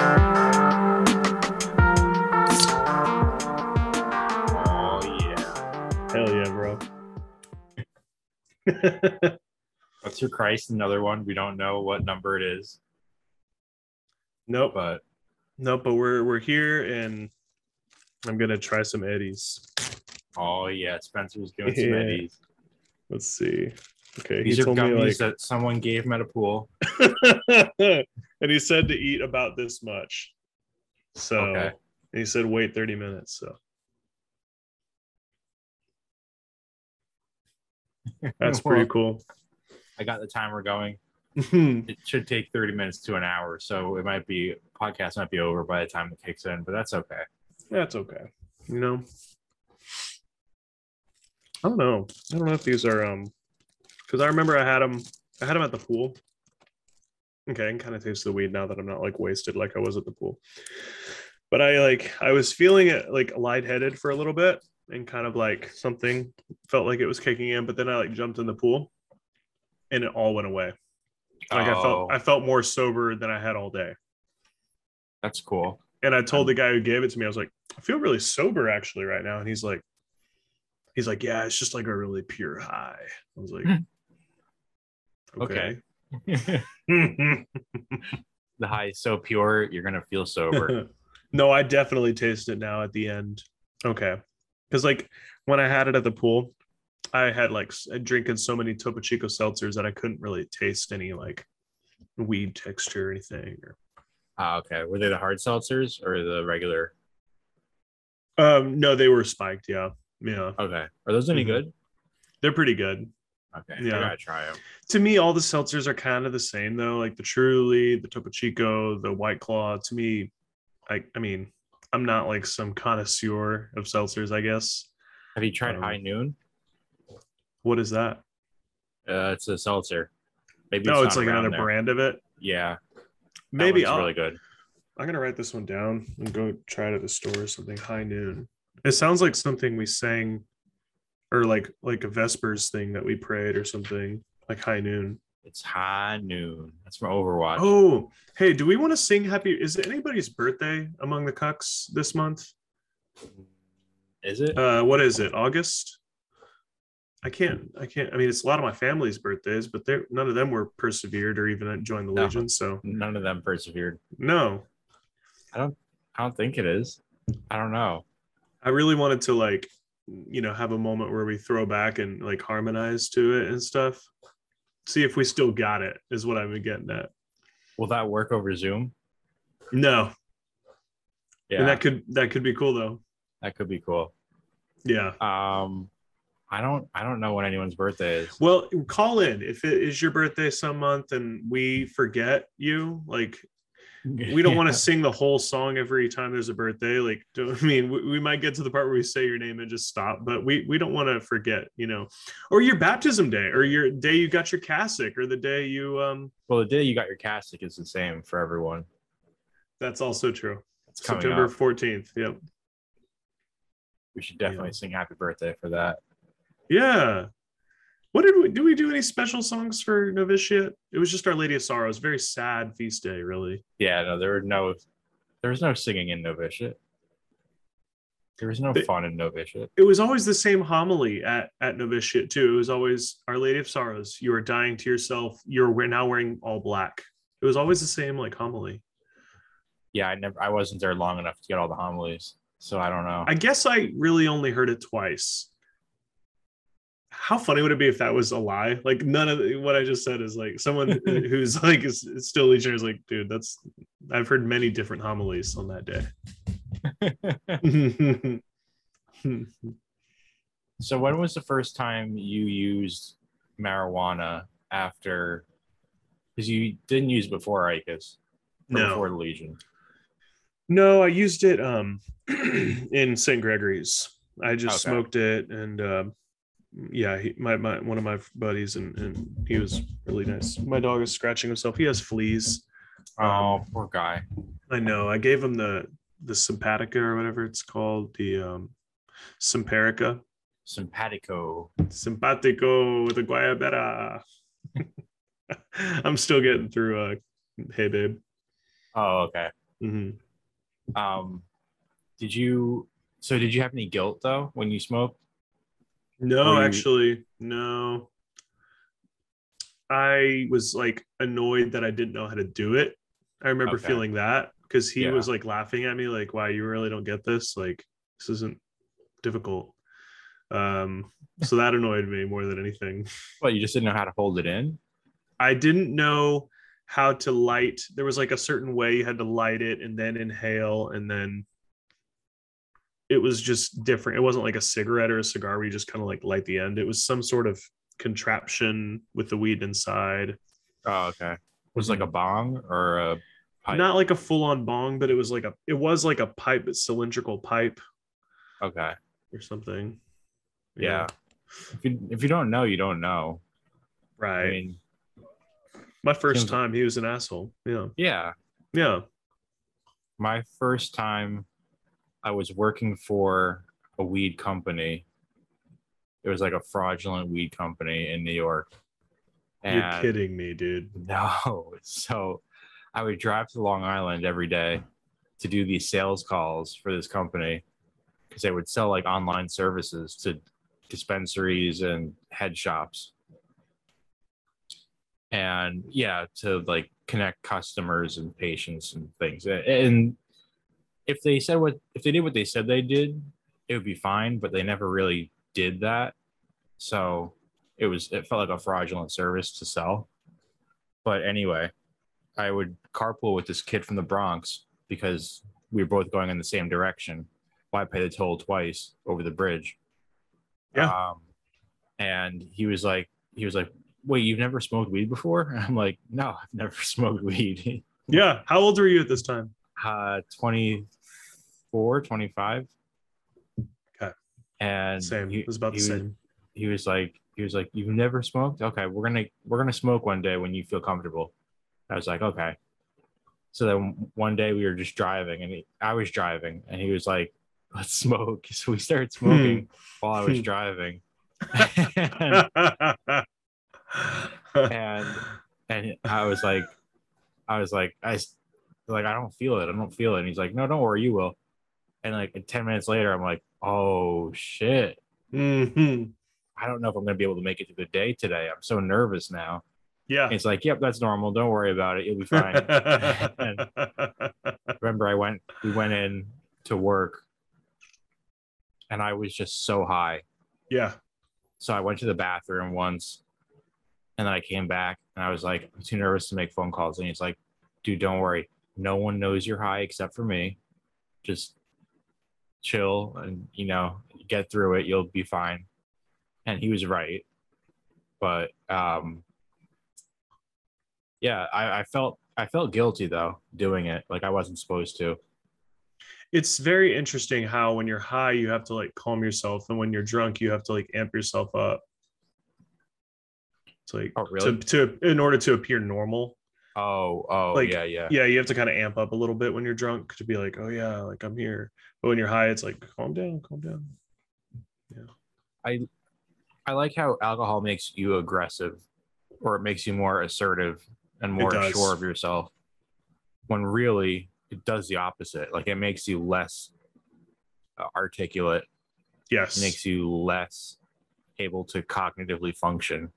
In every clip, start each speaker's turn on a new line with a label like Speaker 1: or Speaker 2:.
Speaker 1: Oh, What's your Christ? Another one. We don't know what number it is,
Speaker 2: Nope.
Speaker 1: but
Speaker 2: Nope, but we're we're here and I'm gonna try some Eddies.
Speaker 1: oh yeah, Spencer's doing some
Speaker 2: Yeah.
Speaker 1: eddies.
Speaker 2: Let's see. Okay,
Speaker 1: These
Speaker 2: he
Speaker 1: are
Speaker 2: told me
Speaker 1: gummies
Speaker 2: like,
Speaker 1: that someone gave him at a pool.
Speaker 2: and he said to eat about this much. So
Speaker 1: Okay.
Speaker 2: and he said wait 30 minutes. So that's pretty
Speaker 1: Well,
Speaker 2: cool.
Speaker 1: I got the timer going. It should take 30 minutes to an hour, so it might be podcast might be over by the time it kicks in, but that's okay.
Speaker 2: that's okay. You know. I don't know. I don't know if these are um because I remember I had them I had them at the pool. Okay, I can kind of taste the weed now that I'm not like wasted like I was at the pool. But I like I was feeling it like lightheaded for a little bit and kind of like something felt like it was kicking in, but then I like jumped in the pool and it all went away. Like I
Speaker 1: Oh,
Speaker 2: felt I felt more sober than I had all day.
Speaker 1: that's cool.
Speaker 2: And I told the guy who gave it to me, I was like, I feel really sober actually right now. And he's like, he's like, yeah, it's just like a really pure high. I was like, okay.
Speaker 1: Okay. the high is so pure, you're gonna feel sober.
Speaker 2: no, I definitely taste it now at the end. Okay. Cause like when I had it at the pool, I had like s- drinking so many Topo Chico seltzers that I couldn't really taste any like weed texture or anything. Or,
Speaker 1: Ah, okay. Were they the hard seltzers or the regular?
Speaker 2: um, no, they were spiked. Yeah. Yeah.
Speaker 1: Okay. Are those any
Speaker 2: Mhm.
Speaker 1: good?
Speaker 2: They're pretty good.
Speaker 1: Okay.
Speaker 2: Yeah.
Speaker 1: I gotta try them.
Speaker 2: to me, all the seltzers are kind of the same though. Like the Truly, the Topo Chico, the White Claw. To me, I, I mean, I'm not like some connoisseur of seltzers. I guess.
Speaker 1: Have you tried
Speaker 2: Um,
Speaker 1: High Noon?
Speaker 2: What is that?
Speaker 1: Uh, it's a seltzer. Maybe
Speaker 2: no,
Speaker 1: not
Speaker 2: it's like
Speaker 1: around
Speaker 2: another
Speaker 1: there.
Speaker 2: brand of it.
Speaker 1: Yeah, that
Speaker 2: Maybe
Speaker 1: one's
Speaker 2: I'll,
Speaker 1: really good.
Speaker 2: I'm gonna write this one down and go try it at the store or something. High noon. It sounds like something we sang, or like like a Vespers thing that we prayed or something. Like high noon.
Speaker 1: It's High Noon. That's from Overwatch.
Speaker 2: Oh, hey, do we want to sing happy? Is it anybody's birthday among the cucks this month?
Speaker 1: Is it?
Speaker 2: uh what is it august i can't i can't i mean it's a lot of my family's birthdays but they're none of them were persevered or even joined the
Speaker 1: No.
Speaker 2: legion so
Speaker 1: None of them persevered.
Speaker 2: no
Speaker 1: I don't think it is. I don't know.
Speaker 2: i really wanted to like you know have a moment where we throw back and like harmonize to it and stuff see if we still got it is what i'm getting at
Speaker 1: Will that work over Zoom?
Speaker 2: no
Speaker 1: Yeah,
Speaker 2: and
Speaker 1: that
Speaker 2: that
Speaker 1: could,
Speaker 2: could that could be cool though
Speaker 1: be cool.
Speaker 2: yeah
Speaker 1: Um, I don't. I don't know when anyone's birthday is.
Speaker 2: well call in if it is your birthday some month and we forget you like we don't want to sing the whole song every time there's a birthday. Like, do- I mean, we, we might get to the part where we say your name and just stop, but we we don't want to forget, you know, or your baptism day, or your day you got your cassock, or the day you um.
Speaker 1: Well, the day you got your cassock is the same for everyone.
Speaker 2: That's also true.
Speaker 1: It's coming
Speaker 2: September
Speaker 1: up.
Speaker 2: fourteenth. Yep.
Speaker 1: We should definitely
Speaker 2: Yeah.
Speaker 1: sing Happy Birthday for that.
Speaker 2: Yeah. What did we do? We do any special songs for novitiate? It was just Our Lady of Sorrows. Very sad feast day, really.
Speaker 1: Yeah, no, there were no, there was no singing in novitiate. There was no
Speaker 2: They-
Speaker 1: fun in novitiate.
Speaker 2: it was always the same homily at at novitiate too. It was always Our Lady of Sorrows. You are dying to yourself. You're we're now wearing all black. It was always the same like homily.
Speaker 1: Yeah, I never, I wasn't there long enough to get all the homilies, so I don't know.
Speaker 2: I guess I really only heard it twice. How funny would it be if that was a lie? Like none of the- what I just said is like someone who's like is, is still legionary is like, dude, that's I've heard many different homilies on that day.
Speaker 1: so when was the first time you used marijuana after? Because you didn't use before Icus, or
Speaker 2: No.
Speaker 1: before the Legion.
Speaker 2: No, I used it um in St. Gregory's. I just
Speaker 1: Okay.
Speaker 2: smoked it and um yeah, he, my, my one of my buddies and, and he was really nice. My dog is scratching himself. He has fleas.
Speaker 1: Oh, poor guy.
Speaker 2: I know. I gave him the the sympatica or whatever it's called, the um simparica,
Speaker 1: Simpatico.
Speaker 2: simpatico with a guayabera. I'm still getting through uh hey babe.
Speaker 1: Oh, okay.
Speaker 2: hmm
Speaker 1: Um, did you? So did you have any guilt though when you smoked?
Speaker 2: No,
Speaker 1: Were you-
Speaker 2: actually, no. I was like annoyed that I didn't know how to do it. I remember
Speaker 1: Okay.
Speaker 2: feeling that because he
Speaker 1: Yeah.
Speaker 2: was like laughing at me, like, wow, you really don't get this. Like, this isn't difficult. Um, so that annoyed me more than anything.
Speaker 1: Well, you just didn't know how to hold it in.
Speaker 2: I didn't know how to light. There was like a certain way you had to light it and then inhale and then it was just different. It wasn't like a cigarette or a cigar where you just kind of like light the end. It was some sort of contraption with the weed inside.
Speaker 1: Oh, okay. Was it like a bong or a pipe?
Speaker 2: Not like a full-on bong, but it was like a it was like a pipe, but cylindrical pipe
Speaker 1: Okay.
Speaker 2: or something.
Speaker 1: Yeah. If you if you don't know, you don't know.
Speaker 2: Right.
Speaker 1: I mean,
Speaker 2: My first
Speaker 1: Seems-
Speaker 2: time he was an asshole. Yeah.
Speaker 1: yeah.
Speaker 2: Yeah.
Speaker 1: my first time I was working for a weed company. It was like a fraudulent weed company in New York.
Speaker 2: You're
Speaker 1: And
Speaker 2: kidding me, dude.
Speaker 1: no, so I would drive to Long Island every day to do these sales calls for this company because they would sell like online services to dispensaries and head shops. And yeah, to like connect customers and patients and things. A- And if they said what, if they did what they said they did, it would be fine, but they never really did that. So it was, it felt like a fraudulent service to sell. But anyway, I would carpool with this kid from the Bronx because we were both going in the same direction. Why pay the toll twice over the bridge?
Speaker 2: Yeah.
Speaker 1: Um, and he was like, he was like, wait, you've never smoked weed before? And I'm like, no, I've never smoked weed.
Speaker 2: Yeah. How old were you at this time?
Speaker 1: uh, 24, 25.
Speaker 2: Okay.
Speaker 1: And
Speaker 2: Same.
Speaker 1: he-
Speaker 2: It was about the
Speaker 1: he
Speaker 2: same.
Speaker 1: he was like he was like you've never smoked okay we're gonna we're gonna smoke one day when you feel comfortable i was like okay so then one day we were just driving and he, i was driving and he was like let's smoke so we started smoking while i was
Speaker 2: Hmm.
Speaker 1: driving and,
Speaker 2: and
Speaker 1: and and i was like i was like i s- like i don't feel it i don't feel it and he's like no don't worry you will and like 10 minutes later i'm like oh shit
Speaker 2: Mm-hmm.
Speaker 1: i don't know if i'm gonna be able to make it through the day today i'm so nervous now
Speaker 2: yeah.
Speaker 1: It's like, yep, that's normal. Don't worry about it. You'll be fine. Remember, I went, we went in to work and I was just so high.
Speaker 2: yeah.
Speaker 1: So I went to the bathroom once and then I came back and I was like, I'm too nervous to make phone calls. And he's like, dude, don't worry. No one knows you're high except for me. Just chill and, you know, get through it. You'll be fine. And he was right. But, um, yeah, I, I felt, I felt guilty though doing it. Like I wasn't supposed to.
Speaker 2: It's very interesting how when you're high, you have to like calm yourself, and when you're drunk, you have to like amp yourself up. It's like
Speaker 1: Oh, really?
Speaker 2: to, to in order to appear normal.
Speaker 1: Oh, oh,
Speaker 2: Like,
Speaker 1: yeah, yeah.
Speaker 2: Yeah, you have to kind of amp up a little bit when you're drunk to be like, oh yeah, like I'm here. But when you're high, it's like calm down, calm down.
Speaker 1: I like how alcohol makes you aggressive or it makes you more assertive and more
Speaker 2: does.
Speaker 1: sure of yourself when really it does the opposite. Like it makes you less uh, articulate,
Speaker 2: Yes.
Speaker 1: makes you less able to cognitively function,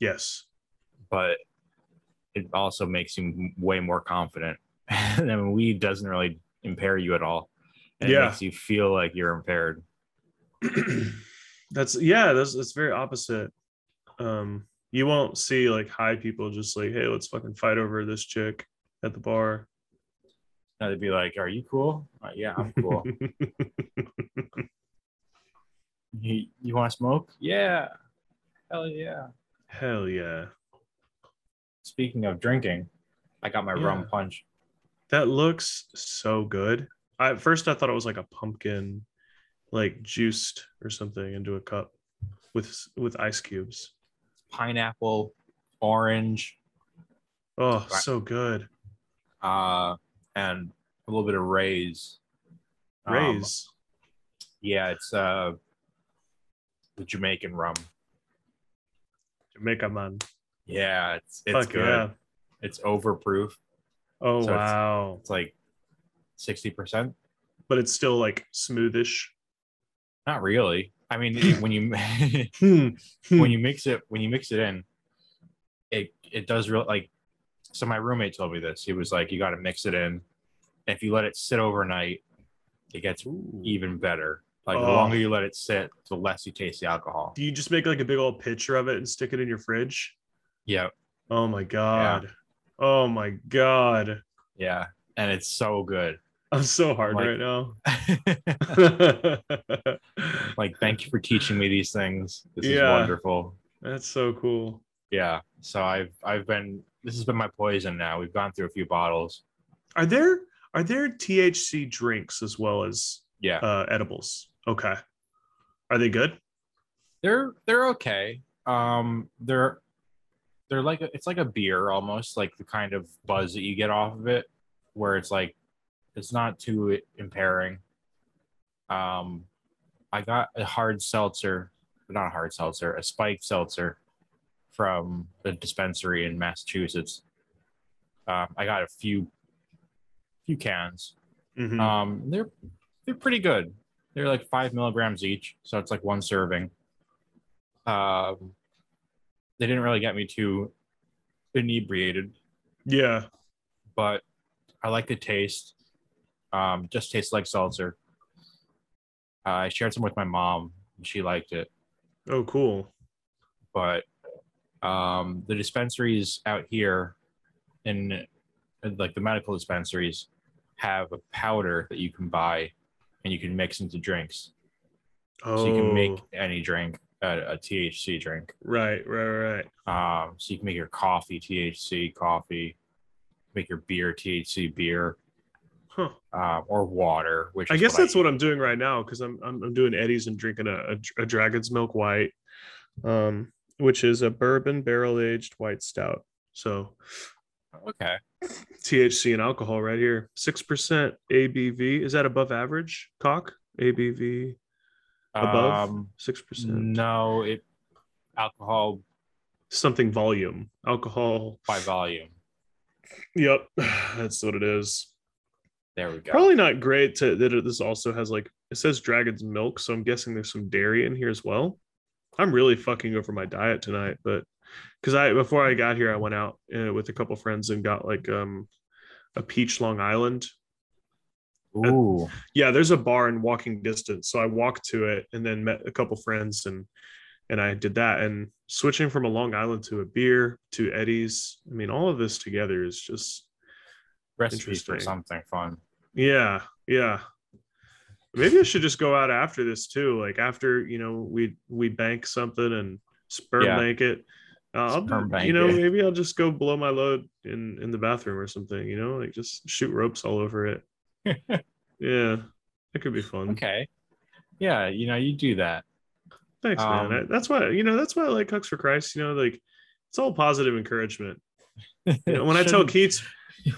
Speaker 2: yes.
Speaker 1: but it also makes you m- way more confident. and then weed doesn't really impair you at all. And
Speaker 2: Yeah.
Speaker 1: it makes you feel like you're impaired.
Speaker 2: that's yeah that's that's very opposite um you won't see like high people just like hey let's fucking fight over this chick at the bar
Speaker 1: And they'd be like, Are you cool? Uh, yeah, I'm cool. you, you want to smoke? Yeah. Hell yeah.
Speaker 2: hell yeah
Speaker 1: Speaking of drinking, I got my rum
Speaker 2: Yeah.
Speaker 1: punch.
Speaker 2: that looks so good I, at first i thought it was like a pumpkin like juiced or something into a cup with with ice cubes
Speaker 1: Pineapple, orange,
Speaker 2: oh
Speaker 1: Right.
Speaker 2: so good
Speaker 1: uh, and a little bit of rays. Um,
Speaker 2: raise
Speaker 1: yeah, it's uh, the Jamaican rum.
Speaker 2: jamaica man
Speaker 1: Yeah, it's it's
Speaker 2: Fuck
Speaker 1: good.
Speaker 2: yeah
Speaker 1: It's overproof.
Speaker 2: oh
Speaker 1: So it's-
Speaker 2: wow
Speaker 1: It's like sixty percent.
Speaker 2: but it's still like smoothish
Speaker 1: Not really. I mean, when you
Speaker 2: Hmm.
Speaker 1: when you mix it when you mix it in, it it does real like so my roommate told me this he was like you got to mix it in if you let it sit overnight it gets
Speaker 2: Ooh.
Speaker 1: even better like the
Speaker 2: Oh.
Speaker 1: longer you let it sit the less you taste the alcohol
Speaker 2: Do you just make like a big old pitcher of it and stick it in your fridge?
Speaker 1: yeah
Speaker 2: Oh my god. Oh my god.
Speaker 1: yeah and it's so good
Speaker 2: I'm so hard
Speaker 1: Like-
Speaker 2: right now.
Speaker 1: like thank you for teaching me these things this is
Speaker 2: Yeah.
Speaker 1: wonderful
Speaker 2: That's so cool.
Speaker 1: yeah so i've i've been this has been my poison now we've gone through a few bottles
Speaker 2: Are there are there THC drinks as well as
Speaker 1: yeah
Speaker 2: uh, edibles? Okay. Are they good?
Speaker 1: they're they're okay um they're they're like a, it's like a beer almost like the kind of buzz that you get off of it where it's like it's not too impairing um i got a hard seltzer not a hard seltzer a spiked seltzer from the dispensary in massachusetts um, i got a few few cans
Speaker 2: Mhm.
Speaker 1: um, they're they're pretty good. They're like five milligrams each, so it's like one serving. Um, they didn't really get me too inebriated,
Speaker 2: yeah.
Speaker 1: but I like the taste. Um, just tastes like seltzer. Uh, I shared some with my mom, and she liked it.
Speaker 2: Oh, cool.
Speaker 1: But um, the dispensaries out here, in like the medical dispensaries, have a powder that you can buy, and you can mix into drinks.
Speaker 2: Oh,
Speaker 1: so you can make any drink a, a THC drink.
Speaker 2: right, right, right.
Speaker 1: Um, so you can make your coffee THC coffee, make your beer THC beer,
Speaker 2: Huh.
Speaker 1: um, or water. Which
Speaker 2: I
Speaker 1: is
Speaker 2: guess that's
Speaker 1: I,
Speaker 2: what I'm doing right now because I'm, I'm I'm doing Eddie's and drinking a, a dr- a Dragon's Milk White, um, which is a bourbon barrel aged white stout. So
Speaker 1: what. Okay,
Speaker 2: THC and alcohol right here, six percent ABV. Is that above average? Cock ABV Above?
Speaker 1: Um,
Speaker 2: six percent.
Speaker 1: no, it alcohol
Speaker 2: Something volume alcohol.
Speaker 1: by volume.
Speaker 2: Yep, that's what it is.
Speaker 1: There we go.
Speaker 2: Probably not great to that. It, this also has like it says dragon's milk, so I'm guessing there's some dairy in here as well. I'm really fucking over my diet tonight, but because I before I got here, I went out uh, with a couple friends and got like um a peach Long Island.
Speaker 1: Ooh,
Speaker 2: Yeah, there's a bar in walking distance, so I walked to it and then met a couple friends and and I did that. And switching from a Long Island to a beer to Eddie's, I mean, all of this together is just
Speaker 1: recipes for
Speaker 2: interesting. Mm-hmm.
Speaker 1: something fun.
Speaker 2: Yeah, yeah. Maybe I should just go out after this too. Like after you know we we bank something and sperm
Speaker 1: Yeah.
Speaker 2: bank it. Uh, I'll,
Speaker 1: Sperm
Speaker 2: do-
Speaker 1: bank
Speaker 2: you know,
Speaker 1: it.
Speaker 2: maybe I'll just go blow my load in in the bathroom or something. You know, like just shoot ropes all over it. yeah, that could be fun.
Speaker 1: Okay, yeah, you know you do that.
Speaker 2: Thanks, man.
Speaker 1: Um,
Speaker 2: I, that's why you know that's why I like Hucks for Christ. You know, like it's all positive encouragement. You know, when I tell
Speaker 1: Shouldn't-
Speaker 2: Keats,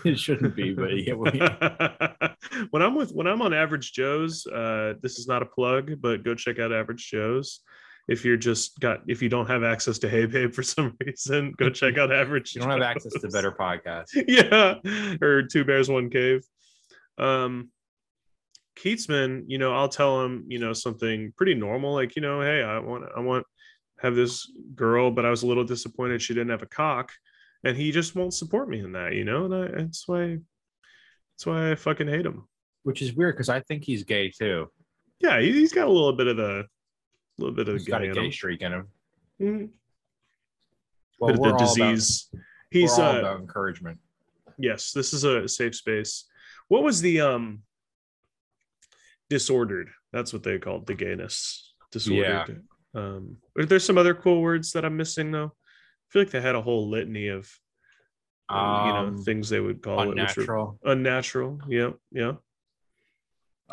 Speaker 1: it shouldn't be, but yeah, we,
Speaker 2: when I'm with when I'm on Average Joe's, uh, this is not a plug, but go check out Average Joe's. If you're just got if you don't have access to Hey Babe for some reason, go check out Average.
Speaker 1: you don't have
Speaker 2: Joe's.
Speaker 1: access to better podcasts.
Speaker 2: yeah, or Two Bears One Cave. Um, Keatsman, you know, I'll tell him you know something pretty normal, like you know, hey, I want I want have this girl, but I was a little disappointed she didn't have a cock, and he just won't support me in that, you know, and I, that's why that's why I fucking hate him.
Speaker 1: which is weird because I think he's gay too.
Speaker 2: Yeah, he, he's got a little bit of the little bit of
Speaker 1: He's
Speaker 2: the
Speaker 1: got
Speaker 2: gay
Speaker 1: a
Speaker 2: in
Speaker 1: gay
Speaker 2: him.
Speaker 1: streak in him.
Speaker 2: Mhm.
Speaker 1: Well,
Speaker 2: bit
Speaker 1: we're
Speaker 2: of the
Speaker 1: all about,
Speaker 2: disease. he's
Speaker 1: we're all
Speaker 2: uh,
Speaker 1: about encouragement.
Speaker 2: Yes, this is a safe space. What was the um disordered? That's what they called the gayness. Disordered. Um are there some other cool words that I'm missing though? I feel like they had a whole litany of uh, you know
Speaker 1: Um,
Speaker 2: things they would call it which were
Speaker 1: unnatural,
Speaker 2: unnatural. Yeah, yeah.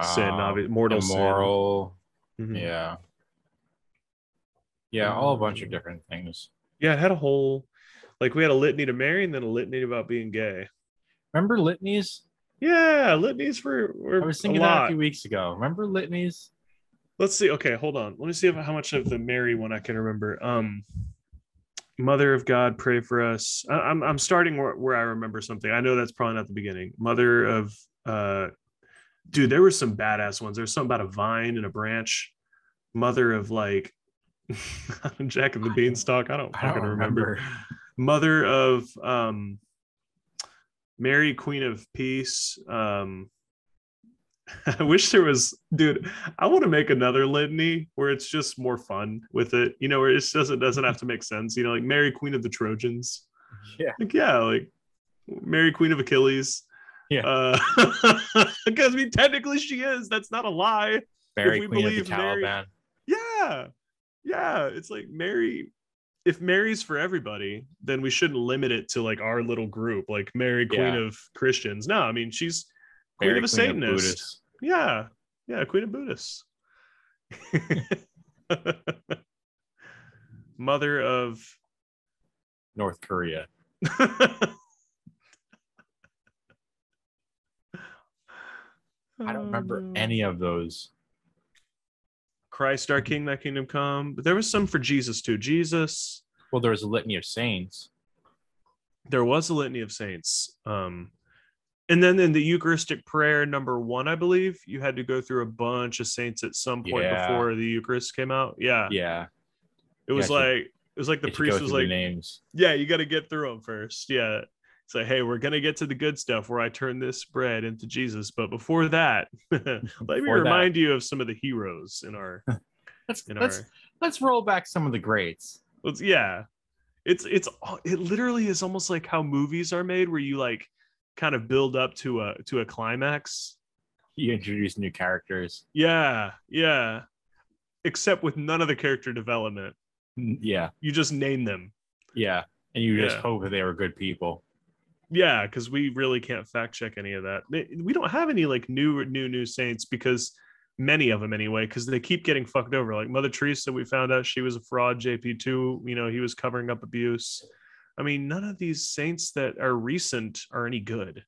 Speaker 2: Sin,
Speaker 1: um,
Speaker 2: obvi- mortal sin.
Speaker 1: immoral.
Speaker 2: Mhm.
Speaker 1: Yeah, yeah, all a bunch of different things.
Speaker 2: Yeah, it had a whole like we had a litany to marry and then a litany about being gay.
Speaker 1: Remember litanies?
Speaker 2: Yeah, litanies were,
Speaker 1: I
Speaker 2: were
Speaker 1: was
Speaker 2: a
Speaker 1: thinking that a
Speaker 2: lot.
Speaker 1: few weeks ago. Remember litanies?
Speaker 2: let's see okay hold on let me see if, how much of the mary one i can remember um mother of god pray for us I, am I'm starting where, where i remember something i know that's probably not the beginning mother of uh dude there were some badass ones there's something about a vine and a branch mother of like jack of the beanstalk i don't
Speaker 1: I
Speaker 2: fucking
Speaker 1: don't remember.
Speaker 2: mother of um, Mary, Queen of Peace. Um, I wish there was, dude. I want to make another litany where it's just more fun with it. You know, where it just doesn't doesn't have to make sense. You know, like Mary, Queen of the Trojans.
Speaker 1: Yeah.
Speaker 2: Like yeah, like Mary, Queen of Achilles.
Speaker 1: Yeah.
Speaker 2: Uh, because I mean, technically she is. That's not a lie.
Speaker 1: Mary
Speaker 2: we
Speaker 1: Queen of the
Speaker 2: believe Mary-
Speaker 1: Taliban.
Speaker 2: Yeah. Yeah. It's like Mary. If Mary's for everybody, then we shouldn't limit it to like our little group, like Mary, Queen
Speaker 1: Yeah.
Speaker 2: of Christians. No, I mean, she's Queen
Speaker 1: Mary
Speaker 2: of a Satanist.
Speaker 1: Buddhists.
Speaker 2: yeah. Yeah. Queen of Buddhists. Mother of.
Speaker 1: North Korea. I don't remember
Speaker 2: Um,
Speaker 1: any of those.
Speaker 2: Christ, our King, thy kingdom come. But there was some for Jesus too. Jesus,
Speaker 1: Well, there was a litany of saints.
Speaker 2: there was a litany of saints um and then in the eucharistic prayer number one i believe you had to go through a bunch of saints at some point
Speaker 1: Yeah.
Speaker 2: before the eucharist came out yeah,
Speaker 1: Yeah,
Speaker 2: it was
Speaker 1: you have
Speaker 2: like it was like Uh, the
Speaker 1: if you go
Speaker 2: priest was
Speaker 1: through the
Speaker 2: like
Speaker 1: names.
Speaker 2: yeah you got to get through them first yeah it's like hey we're gonna get to the good stuff where i turn this bread into jesus but before that let me
Speaker 1: Before that.
Speaker 2: remind you of some of the heroes in our
Speaker 1: Let's
Speaker 2: in
Speaker 1: let's
Speaker 2: our
Speaker 1: let's roll back some of the greats.
Speaker 2: It's, yeah. It's it's al- it literally is almost like how movies are made where you like kind of build up to a to a climax.
Speaker 1: You introduce new characters.
Speaker 2: Yeah. Yeah. Except with none of the character development.
Speaker 1: N- Yeah,
Speaker 2: You just name them.
Speaker 1: yeah, and you just
Speaker 2: Yeah.
Speaker 1: hope that they were good people.
Speaker 2: Yeah, cuz we really can't fact check any of that. They- We don't have any like new new new saints because many of them anyway cuz they keep getting fucked over. Like Mother Teresa, we found out she was a fraud, JP2, you know, he was covering up abuse. I mean, none of these saints that are recent are any good.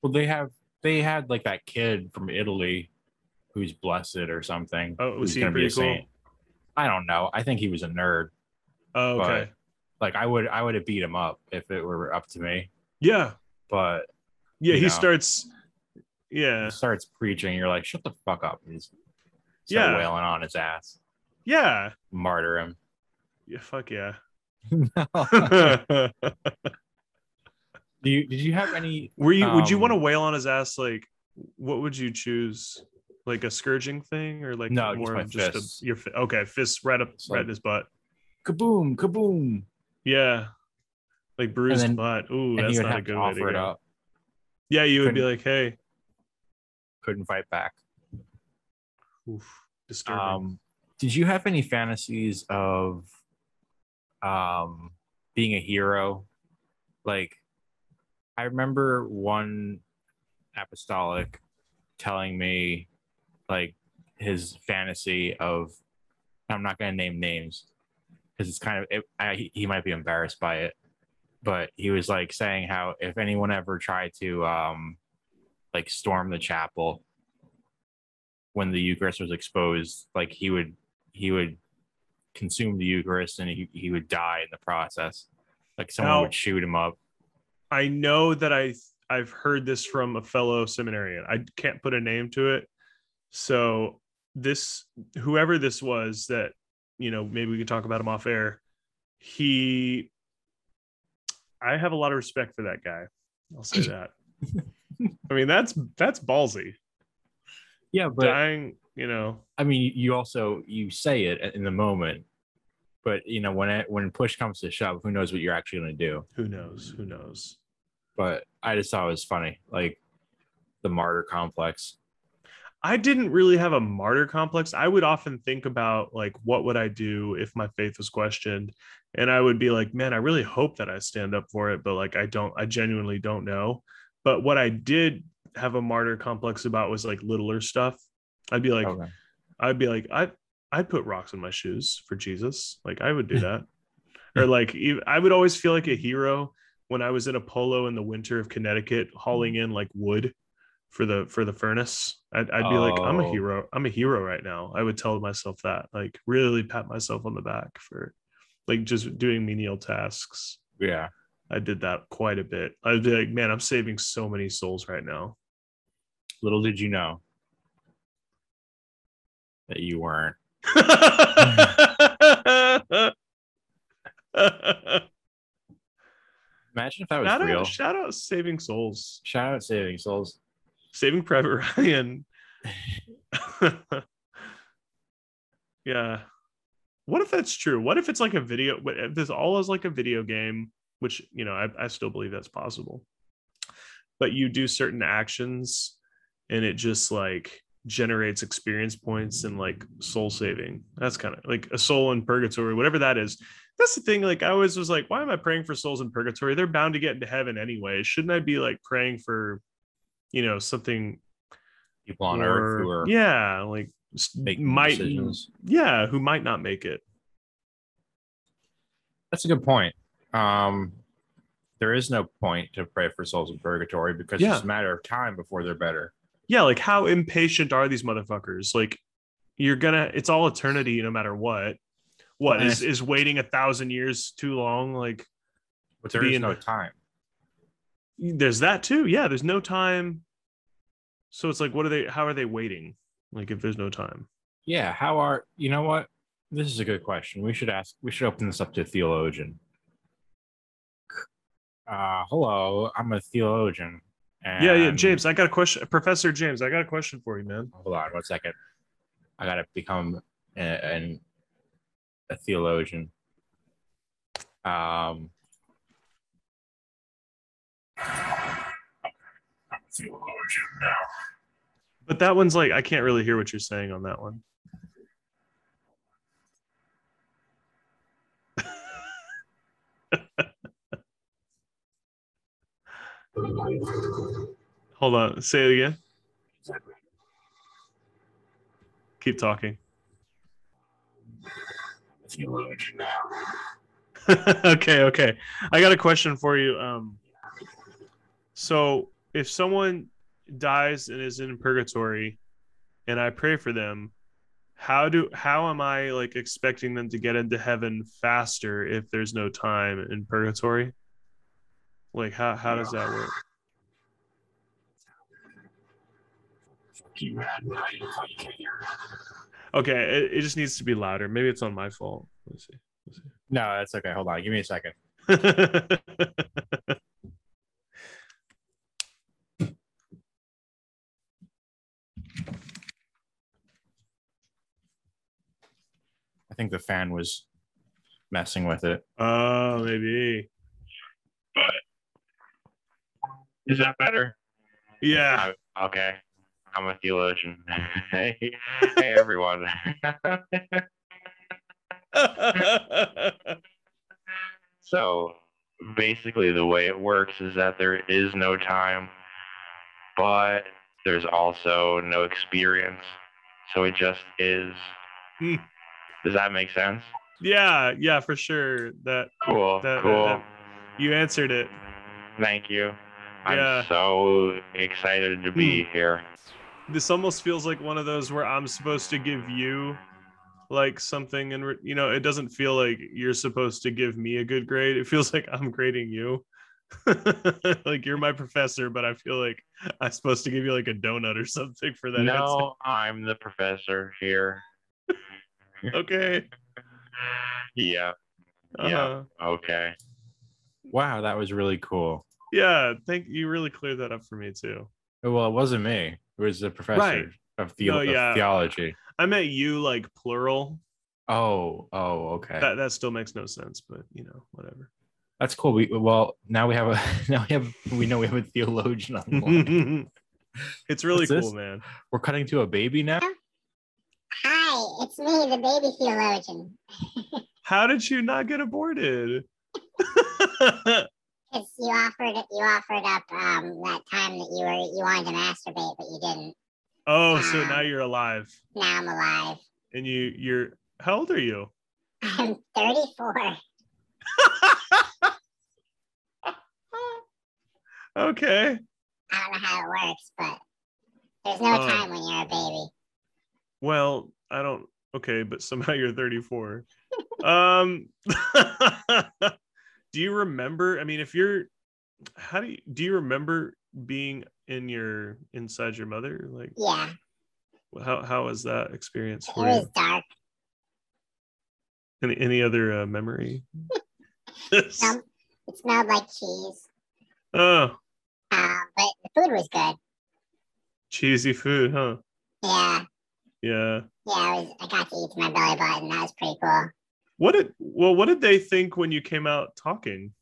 Speaker 1: Well, they have they had like that kid from Italy who's blessed or something.
Speaker 2: Oh, was
Speaker 1: who's
Speaker 2: he
Speaker 1: gonna
Speaker 2: pretty cool?
Speaker 1: I don't know. I think he was a nerd.
Speaker 2: Oh,
Speaker 1: but-
Speaker 2: okay.
Speaker 1: Like I would I would have beat him up if it were up to me.
Speaker 2: yeah.
Speaker 1: But
Speaker 2: Yeah.
Speaker 1: you
Speaker 2: He
Speaker 1: know.
Speaker 2: starts. Yeah.
Speaker 1: he starts preaching, you're like, shut the fuck up. And he's start
Speaker 2: Yeah.
Speaker 1: wailing on his ass.
Speaker 2: Yeah.
Speaker 1: Martyr him.
Speaker 2: Yeah. Fuck yeah.
Speaker 1: Do you did you have any
Speaker 2: Were you? would you
Speaker 1: Um,
Speaker 2: want to wail on his ass? Like, what would you choose? Like a scourging thing, or like
Speaker 1: No, just my
Speaker 2: of
Speaker 1: fists.
Speaker 2: a, your fi- okay fists right up
Speaker 1: It's
Speaker 2: right
Speaker 1: like-
Speaker 2: in his butt.
Speaker 1: kaboom, kaboom?
Speaker 2: Yeah. Like bruised
Speaker 1: then-
Speaker 2: butt. Ooh,
Speaker 1: and
Speaker 2: that's
Speaker 1: he would
Speaker 2: not a
Speaker 1: have to
Speaker 2: good way to
Speaker 1: offer it
Speaker 2: go.
Speaker 1: up.
Speaker 2: Yeah, you would be
Speaker 1: Couldn't-
Speaker 2: like, hey,
Speaker 1: Couldn't fight back.
Speaker 2: oof, disturbing.
Speaker 1: Um, did you have any fantasies of um, being a hero? Like, I remember one apostolic telling me, like, his fantasy of, I'm not going to name names because it's kind of, it, I, he might be embarrassed by it, but he was like saying how if anyone ever tried to, um, like, storm the chapel, when the Eucharist was exposed, like he would he would consume the Eucharist and he, he would die in the process. Like someone
Speaker 2: Now-
Speaker 1: would shoot him up.
Speaker 2: I know that I I've heard this from a fellow seminarian. I can't put a name to it. So this whoever this was that you know maybe we could talk about him off air. He I have a lot of respect for that guy. I'll say that. I mean that's that's ballsy.
Speaker 1: Yeah, but
Speaker 2: Dying, you know.
Speaker 1: I mean, you- you also you say it in the moment, but you know when it, when push comes to shove, who knows what you're actually going to do?
Speaker 2: Who knows? Who knows?
Speaker 1: But I just thought it was funny, like the martyr complex.
Speaker 2: I didn't really have a martyr complex. I would often think about like what would I do if my faith was questioned and I would be like, man, I really hope that I stand up for it, but like I don't I genuinely don't know. But what I did have a martyr complex about was like littler stuff. I'd be like
Speaker 1: Okay.
Speaker 2: I'd be like I I'd put rocks in my shoes for Jesus. Like I would do that. or like ev- I would always feel like a hero when I was in a polo in the winter of Connecticut hauling in like wood for the for the furnace. I'd, I'd be like I'm a
Speaker 1: Oh.
Speaker 2: hero. I'm a hero right now. I would tell myself that. Like really pat myself on the back for like just doing menial tasks.
Speaker 1: Yeah,
Speaker 2: I did that quite a bit. I'd be like, man, I'm saving so many souls right now.
Speaker 1: little did you know that you weren't. Imagine if that was
Speaker 2: Shout
Speaker 1: real.
Speaker 2: out, shout out Saving Souls.
Speaker 1: Shout out Saving Souls.
Speaker 2: Saving Private Ryan. yeah. What if that's true? What if it's like a video? What if this all is like a video game, which you know I, I still believe that's possible. But you do certain actions, and it just like generates experience points and like soul saving. That's kind of like a soul in purgatory, whatever that is. That's the thing. Like I always was like, why am I praying for souls in purgatory? They're bound to get into heaven anyway. Shouldn't I be like praying for, you know, something
Speaker 1: People on
Speaker 2: or-
Speaker 1: Earth who are
Speaker 2: yeah like s-
Speaker 1: making
Speaker 2: might
Speaker 1: decisions.
Speaker 2: yeah who might not make it
Speaker 1: That's a good point. Um, there is no point to pray for souls in purgatory because
Speaker 2: Yeah.
Speaker 1: it's a matter of time before they're better.
Speaker 2: yeah like how impatient are these motherfuckers like you're gonna it's all eternity no matter what what is is waiting a thousand years too long like
Speaker 1: But
Speaker 2: To
Speaker 1: there is
Speaker 2: be in-
Speaker 1: no time.
Speaker 2: there's that too yeah there's no time so it's like what are they how are they waiting like if there's no time
Speaker 1: Yeah. How are you know what? This is a good question. We should ask. We should open this up to a theologian. Uh, hello, I'm a theologian. And
Speaker 2: yeah yeah james i got a question professor james i got a question for you man
Speaker 1: Hold on one second. I gotta become a, an a theologian. Um. I'm a theologian now.
Speaker 2: but that one's like i can't really hear what you're saying on that one Hold on. Say it again. Keep talking.
Speaker 1: A theologian now.
Speaker 2: okay, okay. I got a question for you. Um, so if someone dies and is in purgatory, and I pray for them, how do how am I like expecting them to get into heaven faster if there's no time in purgatory? Like how how does that work?
Speaker 1: Fuck you, man. I fucking can't hear.
Speaker 2: Okay, it, it just needs to be louder. Maybe it's on my fault. Let's see.
Speaker 1: No, that's okay. Hold on. Give me a second. I think the fan was messing with it.
Speaker 2: oh, maybe.
Speaker 1: Is that better?
Speaker 2: Yeah.
Speaker 3: Oh,
Speaker 1: Okay. I'm a theologian. hey, everyone.
Speaker 3: So basically, the way it works is that there is no time, but there's also no experience. So it just is.
Speaker 2: Hmm.
Speaker 3: Does that make sense?
Speaker 2: yeah, yeah, for sure. That
Speaker 3: Cool.
Speaker 2: That- that-
Speaker 3: cool.
Speaker 2: that- you answered it.
Speaker 3: Thank you.
Speaker 2: Yeah.
Speaker 3: I'm so excited to be
Speaker 1: Hmm.
Speaker 3: here.
Speaker 2: This almost feels like one of those where I'm supposed to give you like something and re- you know, it doesn't feel like you're supposed to give me a good grade. It feels like I'm grading you. like you're my professor, but I feel like I'm supposed to give you like a donut or something for that.
Speaker 3: No, I'm the professor here.
Speaker 2: answer. Okay.
Speaker 3: Yeah.
Speaker 2: Uh-huh.
Speaker 3: Yeah. Okay.
Speaker 1: wow, that was really cool.
Speaker 2: Yeah, thank you. Really cleared that up for me too.
Speaker 1: Well, it wasn't me. It was the professor
Speaker 2: Right.
Speaker 1: of, theo-
Speaker 2: No,
Speaker 1: of
Speaker 2: yeah.
Speaker 1: theology.
Speaker 2: I meant you like plural.
Speaker 1: Oh, oh, okay.
Speaker 2: That that still makes no sense, but you know, whatever.
Speaker 1: That's cool. We well now we have a now we have we know we have a theologian on the line.
Speaker 2: it's really
Speaker 1: What's this?
Speaker 2: cool, man.
Speaker 1: We're cutting to a baby now.
Speaker 4: Hi, it's me, the baby theologian.
Speaker 2: How did you not get aborted?
Speaker 4: Because you offered you offered up um, that time that you were you wanted to masturbate, but you didn't.
Speaker 2: oh, so now you're alive,
Speaker 4: Now I'm alive.
Speaker 2: and you you're how old are you?
Speaker 4: I'm 34.
Speaker 2: okay.
Speaker 4: I don't know how it works, but there's no
Speaker 2: Oh.
Speaker 4: time when you're a baby.
Speaker 2: Well, I don't. Okay, but somehow you're 34. um, do you remember? I mean, if you're, how do you do you remember being in your inside your mother? Like,
Speaker 4: Yeah,
Speaker 2: how how was that experience
Speaker 4: it
Speaker 2: for
Speaker 4: was
Speaker 2: you?
Speaker 4: dark.
Speaker 2: Any any other uh, memory?
Speaker 4: Some, It smelled like cheese,
Speaker 2: Oh,
Speaker 4: uh, but the food was good.
Speaker 2: cheesy food, huh?
Speaker 4: Yeah,
Speaker 2: Yeah.
Speaker 4: yeah, I was, I got to eat to my belly button. That was pretty cool.
Speaker 2: What did well? What did they think when you came out talking?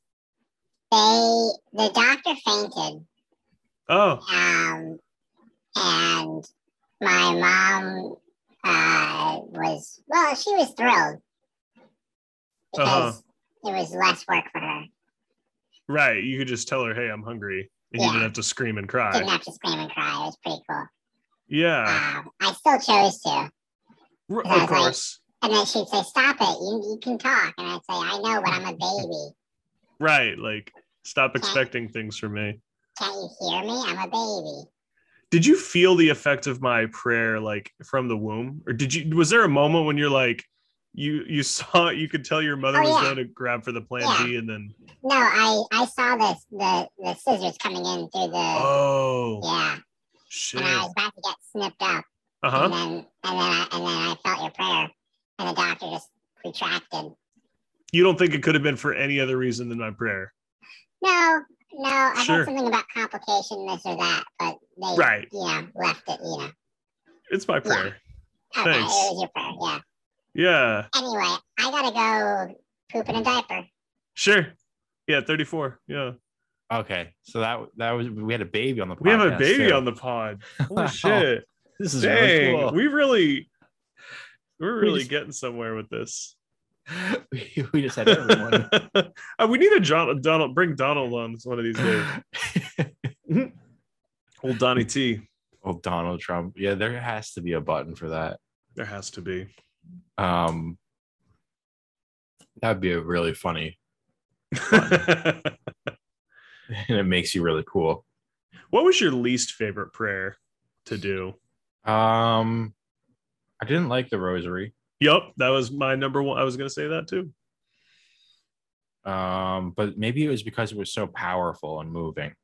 Speaker 4: They, the doctor fainted,
Speaker 2: Oh,
Speaker 4: um, and my mom uh, was well, she was thrilled because it was less work for her.
Speaker 2: right. You could just tell her, "Hey, I'm hungry," and you
Speaker 4: Yeah.
Speaker 2: didn't have to scream and
Speaker 4: Didn't
Speaker 2: cry.
Speaker 4: have to scream and cry. It was pretty cool.
Speaker 2: Yeah,
Speaker 4: Um, I still chose to.
Speaker 2: r-
Speaker 4: I was
Speaker 2: of
Speaker 4: like-
Speaker 2: course.
Speaker 4: And then she'd say, Stop it. You, you can talk. And I'd say, I know, but I'm a baby.
Speaker 2: Right. Like, stop expecting things from me.
Speaker 4: Can't you hear me? I'm a baby.
Speaker 2: Did you feel the effect of my prayer, like from the womb, or did you? Was there a moment when you're like, you you saw, you could tell your mother
Speaker 4: Oh,
Speaker 2: was
Speaker 4: yeah.
Speaker 2: going to grab for the plan
Speaker 4: Yeah.
Speaker 2: B, and then
Speaker 4: No, I, I saw this the, the scissors coming in through the.
Speaker 2: oh
Speaker 4: yeah.
Speaker 2: shit, Uh-huh.
Speaker 4: And I was
Speaker 2: uh
Speaker 4: about to get snipped up.
Speaker 2: huh,
Speaker 4: And, then, and, then I, and then I felt your prayer. And the doctor just retracted.
Speaker 2: you don't think it could have been for any other reason than my prayer.
Speaker 4: No, no. I
Speaker 2: Sure.
Speaker 4: heard something about complication, this or that. But they,
Speaker 2: Right.
Speaker 4: you know, left it, you know.
Speaker 2: It's my prayer.
Speaker 4: Okay,
Speaker 2: Thanks.
Speaker 4: it was your prayer. Yeah.
Speaker 2: Yeah,
Speaker 4: Anyway, I got to go poop in a diaper.
Speaker 2: sure. Yeah, 34. Yeah.
Speaker 1: Okay, so that that was we had a baby on the.
Speaker 2: We have a
Speaker 1: podcast,
Speaker 2: baby
Speaker 1: too.
Speaker 2: on the pod. Holy
Speaker 1: Wow.
Speaker 2: shit.
Speaker 1: This is really
Speaker 2: Dang.
Speaker 1: cool.
Speaker 2: We really we're really
Speaker 1: just-
Speaker 2: getting somewhere with this.
Speaker 1: We, we just had everyone.
Speaker 2: Uh, we need a John, Donald bring Donald on one of these days. Old Donnie T.
Speaker 1: oh, Donald Trump. Yeah, there has to be a button for that.
Speaker 2: There has to be.
Speaker 1: Um, that'd be a really funny,
Speaker 2: what
Speaker 1: and it makes you really cool.
Speaker 2: was your least favorite prayer to do?
Speaker 1: Um, I didn't like the rosary.
Speaker 2: Yup, that was my number one. I was gonna say that too.
Speaker 1: Um, but maybe it was because it was so powerful and moving.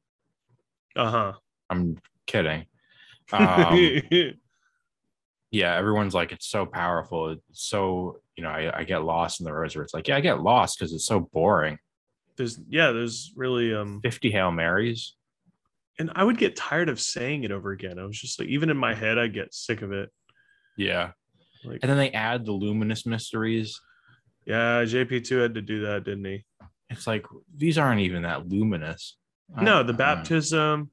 Speaker 2: Uh-huh.
Speaker 1: I'm kidding. Um, yeah, everyone's like, it's so powerful. It's so, you know, I, I get lost in the rosary. It's like, yeah, I get lost because it's so boring.
Speaker 2: there's yeah, there's really um
Speaker 1: 50 Hail Marys.
Speaker 2: and I would get tired of saying it over again. I was just like, even in my head, I get sick of it.
Speaker 1: Yeah.
Speaker 2: Like,
Speaker 1: And then they add the luminous mysteries.
Speaker 2: yeah, JP two had to do that, didn't he?
Speaker 1: It's like, these aren't even that luminous. Um, I
Speaker 2: no,
Speaker 1: don't
Speaker 2: the
Speaker 1: know.
Speaker 2: baptism.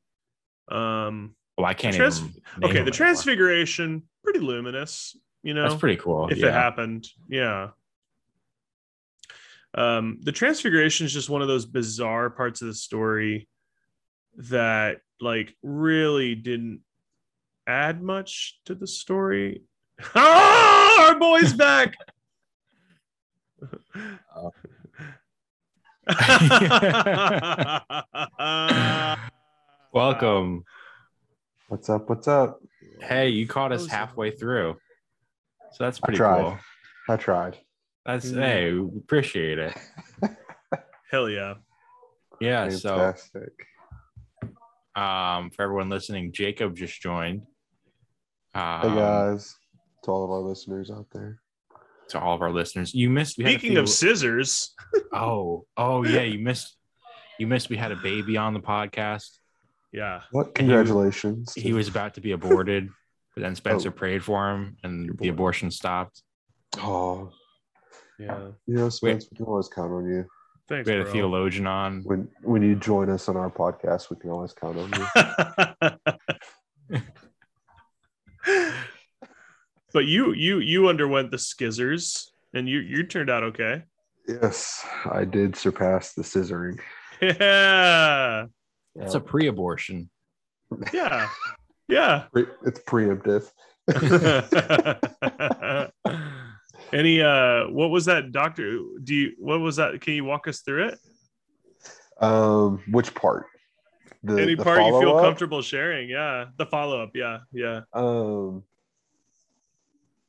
Speaker 2: Um,
Speaker 1: Oh, I can't
Speaker 2: the trans-
Speaker 1: even. name
Speaker 2: okay,
Speaker 1: them
Speaker 2: the
Speaker 1: anymore.
Speaker 2: transfiguration, pretty luminous. You know,
Speaker 1: That's pretty cool.
Speaker 2: if
Speaker 1: yeah.
Speaker 2: it happened, yeah. Um, the transfiguration is just one of those bizarre parts of the story that like really didn't add much to the story. Ah, our boy's back.
Speaker 1: Welcome.
Speaker 5: What's up? What's up?
Speaker 1: Hey, you caught us
Speaker 2: Those-
Speaker 1: halfway through. So that's
Speaker 5: I
Speaker 1: pretty
Speaker 5: tried.
Speaker 1: cool.
Speaker 5: I tried.
Speaker 1: That's
Speaker 2: Mm.
Speaker 1: hey, we appreciate it.
Speaker 2: Hell yeah.
Speaker 1: Yeah. So
Speaker 5: Fantastic.
Speaker 1: um for everyone listening, Jacob just joined. Um,
Speaker 5: hey guys, to all of our listeners out there.
Speaker 1: to all of our listeners. You missed we had a
Speaker 2: Speaking
Speaker 1: few-
Speaker 2: of scissors,
Speaker 1: Oh, oh yeah, you missed you missed we had a baby on the podcast.
Speaker 2: yeah,
Speaker 5: What?
Speaker 1: And he was-
Speaker 5: Congratulations.
Speaker 1: He was about to be aborted, but then Spencer
Speaker 5: Oh.
Speaker 1: prayed for him and the abortion stopped.
Speaker 5: Oh,
Speaker 2: yeah.
Speaker 5: you know, Spence, we can always count on you.
Speaker 2: Thanks,
Speaker 1: We had a
Speaker 2: bro.
Speaker 1: theologian on.
Speaker 5: When when you join us on our podcast, we can always count on you.
Speaker 2: but you, you, you underwent the scissors, and you, you turned out okay.
Speaker 5: yes, I did surpass the scissoring.
Speaker 2: Yeah,
Speaker 1: It's a pre-abortion.
Speaker 2: yeah, yeah.
Speaker 5: Pre- it's preemptive.
Speaker 2: Any, uh, what was that, doctor? Do you, what was that? Can you walk us through it?
Speaker 5: Um, which part? The,
Speaker 2: Any
Speaker 5: the
Speaker 2: part you feel
Speaker 5: follow-up?
Speaker 2: comfortable sharing? Yeah, the follow up. Yeah, yeah.
Speaker 5: Um,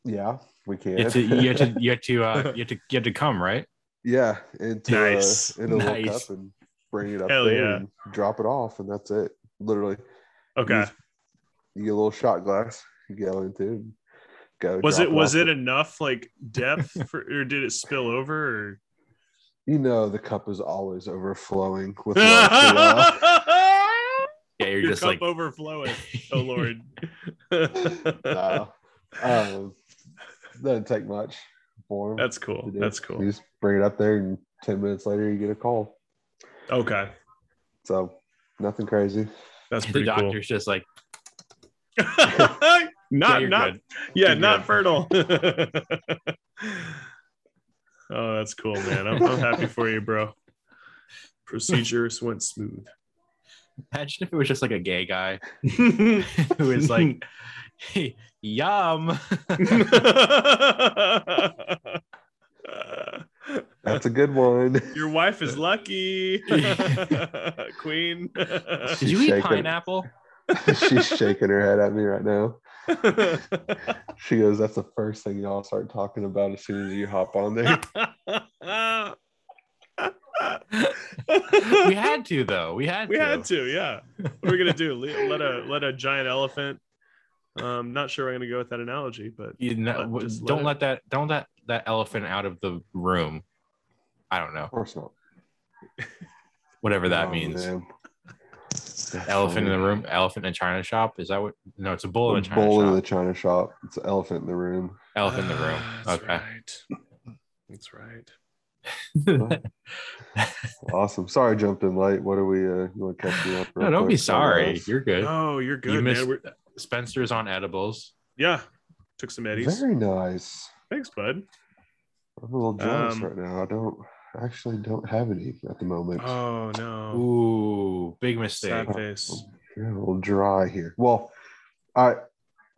Speaker 5: yeah, we can.
Speaker 1: You have to you have to you have to, uh, you have to, you have to come, right?
Speaker 5: Yeah, into
Speaker 2: Nice.
Speaker 5: a, in a little
Speaker 1: Nice.
Speaker 5: cup and bring it up
Speaker 2: Hell
Speaker 5: there
Speaker 2: yeah.
Speaker 5: and drop it off, and that's it. Literally,
Speaker 2: Okay.
Speaker 5: you get a little shot glass, you go into, it and go.
Speaker 2: was
Speaker 5: drop
Speaker 2: it was
Speaker 5: off.
Speaker 2: it enough like depth for, or did it spill over or
Speaker 5: You know the cup is always overflowing with love for y'all.
Speaker 2: Your
Speaker 1: Yeah, you're just
Speaker 2: cup
Speaker 1: like,
Speaker 2: overflowing. Oh Lord.
Speaker 5: No. Um, doesn't take much for 'em
Speaker 2: That's
Speaker 5: to
Speaker 2: cool.
Speaker 5: do.
Speaker 2: That's
Speaker 5: You
Speaker 2: cool.
Speaker 5: just bring it up there, and ten minutes later, you get a call.
Speaker 2: Okay.
Speaker 5: So nothing crazy.
Speaker 2: That's
Speaker 1: the
Speaker 2: pretty cool.
Speaker 1: doctor's just like,
Speaker 2: not
Speaker 1: yeah, you're
Speaker 2: not
Speaker 1: good.
Speaker 2: yeah,
Speaker 1: You're
Speaker 2: not
Speaker 1: good.
Speaker 2: fertile. oh, that's cool, man. I'm, I'm happy for you, bro. Procedures went smooth.
Speaker 1: Imagine if it was just like a gay guy who is like, hey, yum.
Speaker 5: That's a good one.
Speaker 2: Your wife is lucky, Queen.
Speaker 1: Did
Speaker 5: She's
Speaker 1: you eat
Speaker 5: shaking.
Speaker 1: pineapple?
Speaker 5: She's shaking her head at me right now. She goes, "That's the first thing y'all start talking about as soon as you hop on there."
Speaker 1: we had to though. We had
Speaker 2: we
Speaker 1: to.
Speaker 2: had to, yeah. What we're gonna do Le- let a let a giant elephant. Um, not sure I'm gonna go with that analogy, but
Speaker 1: You know,
Speaker 2: Let-
Speaker 1: w-
Speaker 2: just let
Speaker 1: don't
Speaker 2: it-
Speaker 1: let that don't let that elephant out of the room. I don't know.
Speaker 5: Of course not.
Speaker 1: Whatever that
Speaker 5: Oh,
Speaker 1: means.
Speaker 5: man.
Speaker 1: Elephant in
Speaker 5: funny.
Speaker 1: the room, elephant in a china shop. Is that what no, it's a bull in a
Speaker 5: A
Speaker 1: china
Speaker 5: bowl
Speaker 1: shop.
Speaker 5: in the china shop. It's an elephant in the room.
Speaker 1: elephant in the room.
Speaker 2: Ah, That's
Speaker 1: Okay.
Speaker 2: right. That's right.
Speaker 5: Awesome. Sorry, I jumped in late. What are we? Uh, you want to catch me up? real
Speaker 1: No, don't be
Speaker 5: quick?
Speaker 1: sorry.
Speaker 5: Otherwise-
Speaker 1: You're good.
Speaker 2: Oh, you're good,
Speaker 1: you missed
Speaker 2: man. We're,
Speaker 1: Spencer's on edibles.
Speaker 2: yeah, took some eddies.
Speaker 5: Very nice.
Speaker 2: Thanks, bud.
Speaker 5: I'm a little jealous
Speaker 2: Um,
Speaker 5: right now. I don't I actually don't have any at the moment.
Speaker 2: Oh no,
Speaker 1: Ooh, big mistake.
Speaker 2: sad face.
Speaker 5: You're a little dry here. Well, I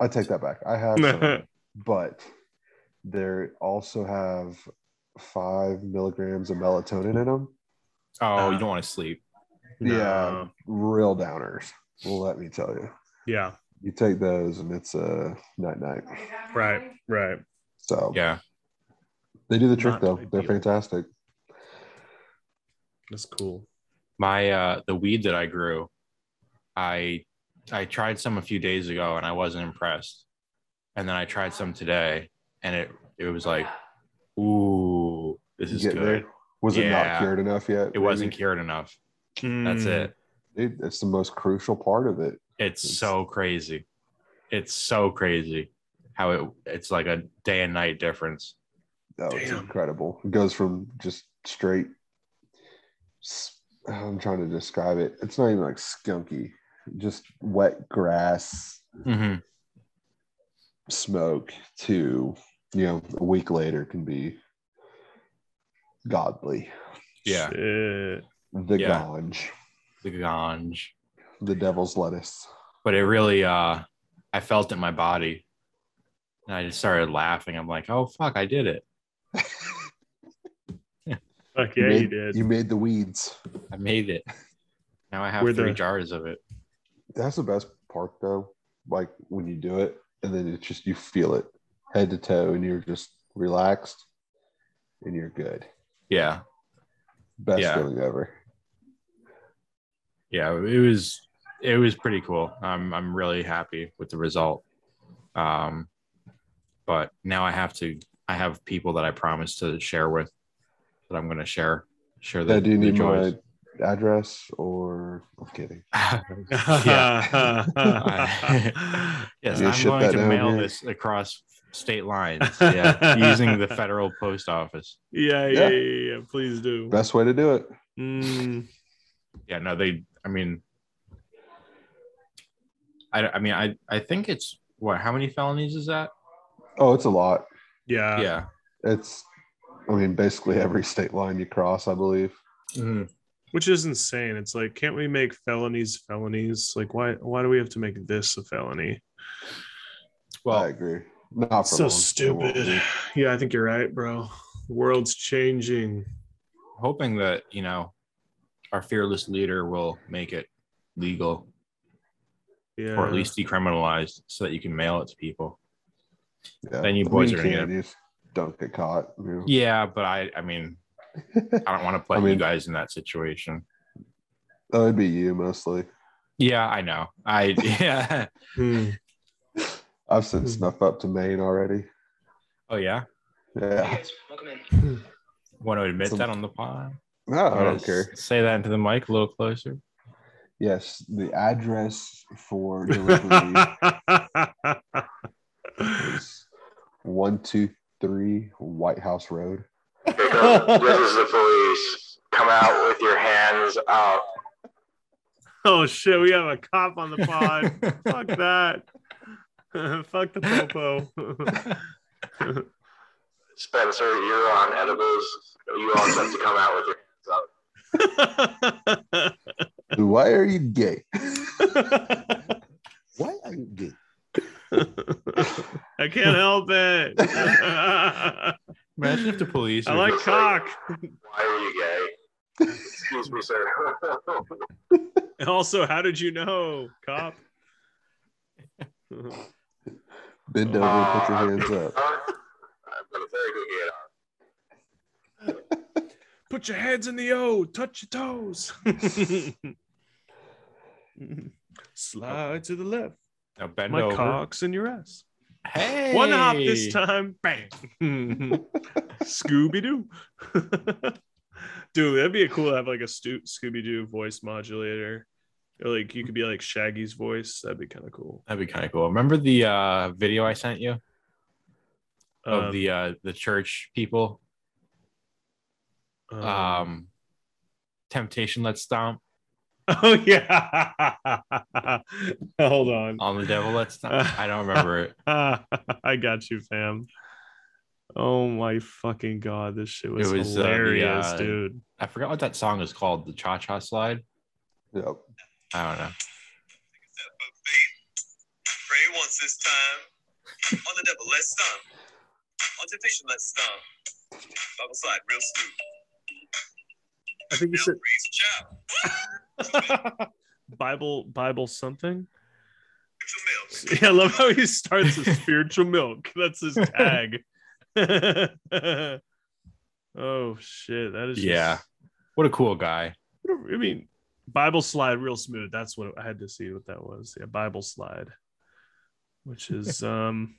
Speaker 5: I take that back. I have, some, but they also have five milligrams of melatonin in them.
Speaker 1: Oh, you don't want to sleep.
Speaker 5: Yeah,
Speaker 2: No.
Speaker 5: real downers. Let me tell you.
Speaker 2: Yeah.
Speaker 5: You take those, and it's a night night.
Speaker 2: Right. Right.
Speaker 5: So
Speaker 1: Yeah.
Speaker 5: they do the trick
Speaker 2: Not
Speaker 5: though. They're
Speaker 2: ideal.
Speaker 5: fantastic.
Speaker 2: That's cool.
Speaker 1: my uh the weed that I grew, I I tried some a few days ago and I wasn't impressed. And then I tried some today and it it was like, ooh, this
Speaker 5: You
Speaker 1: is
Speaker 5: get
Speaker 1: good.
Speaker 5: there. Was it
Speaker 1: Yeah.
Speaker 5: not cured enough yet?
Speaker 1: It wasn't
Speaker 5: maybe?
Speaker 1: cured enough. That's
Speaker 2: Mm,
Speaker 1: it.
Speaker 5: It, it's the most crucial part of it.
Speaker 1: It's
Speaker 5: It's-
Speaker 1: so crazy. It's so crazy how it it's like a day and night difference.
Speaker 5: Oh, it's
Speaker 2: Damn.
Speaker 5: incredible. It goes from just straight. s- I'm trying to describe it. It's not even like skunky, just wet grass
Speaker 1: Mhm.
Speaker 5: smoke to, you know, a week later can be godly.
Speaker 1: Yeah,
Speaker 2: Shit.
Speaker 5: The
Speaker 1: Yeah.
Speaker 5: ganj,
Speaker 1: the ganj.
Speaker 5: the devil's lettuce.
Speaker 1: But it really uh I felt it in my body. And I just started laughing. I'm like, oh fuck, I did it.
Speaker 2: Fuck yeah,
Speaker 5: made,
Speaker 2: you did.
Speaker 5: You made the weeds.
Speaker 1: I made it. Now I have
Speaker 2: We're
Speaker 1: three
Speaker 2: the-
Speaker 1: jars of it.
Speaker 5: That's the best part though. Like when you do it and then it's just you feel it head to toe and you're just relaxed and you're good.
Speaker 1: Yeah.
Speaker 5: Best
Speaker 1: Yeah.
Speaker 5: feeling ever.
Speaker 1: Yeah. It was it was pretty cool. I'm I'm really happy with the result. Um but now I have to I have people that I promised to share with that I'm gonna share share the,
Speaker 5: Yeah, do you
Speaker 1: the
Speaker 5: need
Speaker 1: joys.
Speaker 5: my address or I'm kidding.
Speaker 1: Yeah. yes,
Speaker 5: You
Speaker 1: I'm
Speaker 5: ship
Speaker 1: going
Speaker 5: that
Speaker 1: to
Speaker 5: down
Speaker 1: mail
Speaker 5: here?
Speaker 1: this across state lines. Yeah. using the federal post office.
Speaker 2: yeah, yeah, yeah,
Speaker 5: Yeah.
Speaker 2: yeah, Please do.
Speaker 5: Best way to do it.
Speaker 2: Mm,
Speaker 1: yeah no they i mean i, I mean I, I think it's what how many felonies is that
Speaker 5: Oh, it's a lot.
Speaker 2: yeah.
Speaker 1: yeah
Speaker 5: It's I mean basically every state line you cross, I believe.
Speaker 1: Mm-hmm.
Speaker 2: Which is insane. It's like, can't we make felonies felonies? Like, why why do we have to make this a felony?
Speaker 5: I
Speaker 1: well
Speaker 5: agree. Not for
Speaker 2: So
Speaker 5: long. It won't
Speaker 2: stupid.
Speaker 5: be.
Speaker 2: Yeah, I think you're right, bro. The world's changing.
Speaker 1: hoping that you know our fearless leader will make it legal
Speaker 2: Yeah.
Speaker 1: or at least decriminalized so that you can mail it to people
Speaker 5: Yeah.
Speaker 1: Then you
Speaker 5: I mean,
Speaker 1: boys are gonna
Speaker 5: can't.
Speaker 1: get-
Speaker 5: You just don't get caught. you
Speaker 1: yeah but i i mean
Speaker 5: know.
Speaker 1: i don't want to put
Speaker 5: I mean-
Speaker 1: you guys in that situation
Speaker 5: that would Oh, be you mostly.
Speaker 1: yeah i know i yeah
Speaker 2: Hmm.
Speaker 5: I've sent snuff up to Maine already.
Speaker 1: oh yeah
Speaker 5: Yeah.
Speaker 1: Want to admit
Speaker 5: Some-
Speaker 1: that on the pod?
Speaker 5: No, I
Speaker 1: Wanna
Speaker 5: don't care.
Speaker 1: s- Say that into the mic a little closer.
Speaker 5: Yes, the address for delivery is one two three White House Road.
Speaker 3: this is the police. Come out with your hands up.
Speaker 2: oh shit, we have a cop on the pod. Fuck that. Fuck the popo.
Speaker 3: Spencer, you're on edibles. You all have to come out with your hands up.
Speaker 5: Why are you gay? Why are you gay?
Speaker 2: I can't help it.
Speaker 1: Imagine if the police.
Speaker 2: I
Speaker 1: are
Speaker 2: like
Speaker 1: just-
Speaker 2: cock.
Speaker 3: Why are you gay? Excuse me, sir.
Speaker 2: Also, how did you know, cop?
Speaker 5: Bend over and put your hands up.
Speaker 3: I've got a very good get on.
Speaker 2: Put your heads in the O, touch your toes. Slide to the left.
Speaker 1: Now bend
Speaker 2: My
Speaker 1: over.
Speaker 2: cock's in your ass.
Speaker 1: Hey,
Speaker 2: One hop this time. Bang. Scooby Doo. Dude, that'd be cool to have like a stu- Scooby Doo voice modulator. Or like you could be like Shaggy's voice. That'd be kind of cool.
Speaker 1: That'd be kind of cool. Remember the uh, video I sent you of
Speaker 2: Um,
Speaker 1: the uh, the church people?
Speaker 2: um,
Speaker 1: Um, temptation, let's stomp
Speaker 2: oh yeah. Hold on.
Speaker 1: on the devil, let's stomp. I don't remember it.
Speaker 2: I got you, fam. Oh my fucking god, this shit was,
Speaker 1: was, uh, the,
Speaker 2: hilarious,
Speaker 1: uh,
Speaker 2: dude.
Speaker 1: I forgot what that song is called. The cha cha slide.
Speaker 5: Yep.
Speaker 1: I don't know.
Speaker 6: but faith. Pray once this time. On the devil, let's stomp. On temptation, let's stomp. Bible slide, real smooth.
Speaker 2: I think you
Speaker 6: Now raise a child.
Speaker 2: said Bible Bible something.
Speaker 6: Spiritual milk.
Speaker 2: Yeah, I love how he starts with spiritual milk. That's his tag. oh shit, that is just-
Speaker 1: Yeah. What a cool guy.
Speaker 2: I mean, Bible slide real smooth. That's what I had to see what that was. Yeah, Bible slide, which is um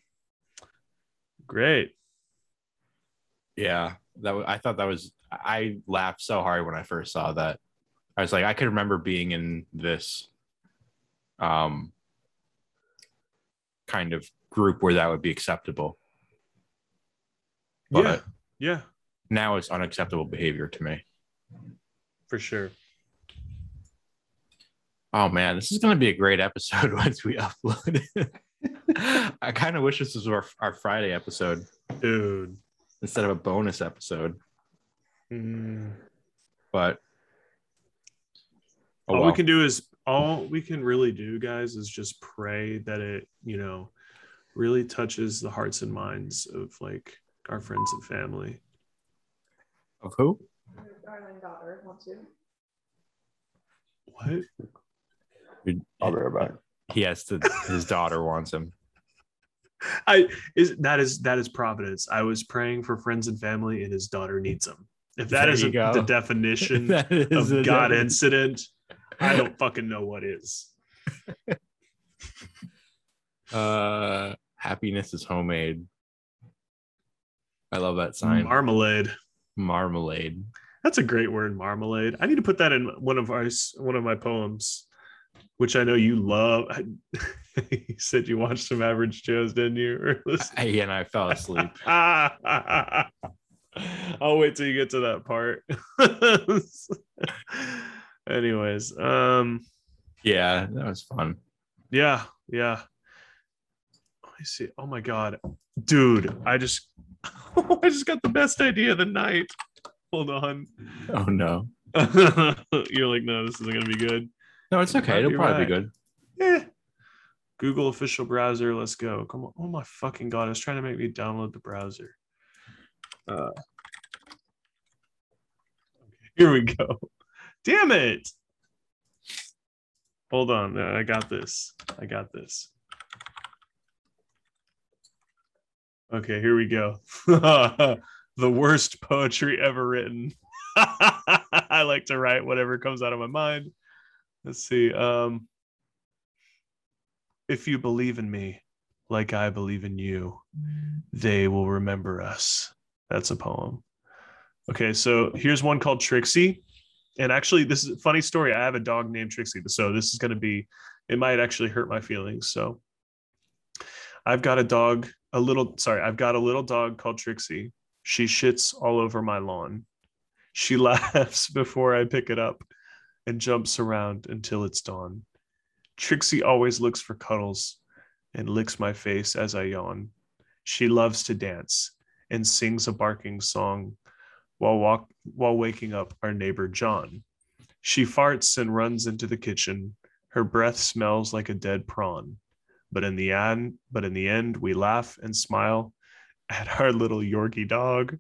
Speaker 2: great.
Speaker 1: Yeah, that wa- I thought that was. I laughed so hard when I first saw that. I was like, I could remember being in this, um, kind of group where that would be acceptable. But
Speaker 2: yeah, yeah,
Speaker 1: now it's unacceptable behavior to me.
Speaker 2: for sure.
Speaker 1: Oh man, this is gonna be a great episode once we upload it. I kind of wish this was our, our Friday episode
Speaker 2: dude.
Speaker 1: instead of a bonus episode,
Speaker 2: Mm-hmm.
Speaker 1: but oh,
Speaker 2: all
Speaker 1: well.
Speaker 2: Oh, we can do is all we can really do, guys, is just pray that it, you know, really touches the hearts and minds of like our friends and family.
Speaker 1: of who?
Speaker 7: Your darling daughter wants you.
Speaker 2: What?
Speaker 5: I'll be right back.
Speaker 1: He has to. His daughter wants him.
Speaker 2: I is that is that is providence. I was praying for friends and family, and his daughter needs him. If that
Speaker 1: There you
Speaker 2: isn't
Speaker 1: go.
Speaker 2: the definition
Speaker 1: That
Speaker 2: of
Speaker 1: is a-
Speaker 2: God incident, I don't fucking know what is.
Speaker 1: Uh, happiness is homemade. I love that sign.
Speaker 2: Marmalade.
Speaker 1: Marmalade.
Speaker 2: That's a great word, marmalade. I need to put that in one of our one of my poems, which I know you love. you said you watched some Average Joe's, didn't you? Or listen-
Speaker 1: Hey, and I fell asleep.
Speaker 2: I'll wait till you get to that part. Anyways, um,
Speaker 1: yeah, that was fun.
Speaker 2: yeah, yeah. Let me see. Oh my god, dude! I just, I just got the best idea of the night. Hold on.
Speaker 1: Oh no.
Speaker 2: You're like, no, this isn't gonna be good.
Speaker 1: No, it's okay. It'll
Speaker 2: You're
Speaker 1: probably
Speaker 2: right.
Speaker 1: be good.
Speaker 2: Eh. Google official browser, let's go. Come on. Oh my fucking god, it's trying to make me download the browser. Uh, here we go. Damn it. Hold on. uh, I got this. I got this. Okay, here we go. the worst poetry ever written. I like to write whatever comes out of my mind. Let's see. Um, if you believe in me like I believe in you, they will remember us. That's a poem. Okay, so here's one called Trixie. And actually, this is a funny story. I have a dog named Trixie. So this is going to be, it might actually hurt my feelings. So I've got a dog, a little, sorry, I've got a little dog called Trixie. She shits all over my lawn. She laughs before I pick it up and jumps around until it's dawn. Trixie always looks for cuddles and licks my face as I yawn. She loves to dance and sings a barking song while walk while waking up our neighbor John. She farts and runs into the kitchen. Her breath smells like a dead prawn. But in the end, but in the end we laugh and smile at our little Yorkie dog.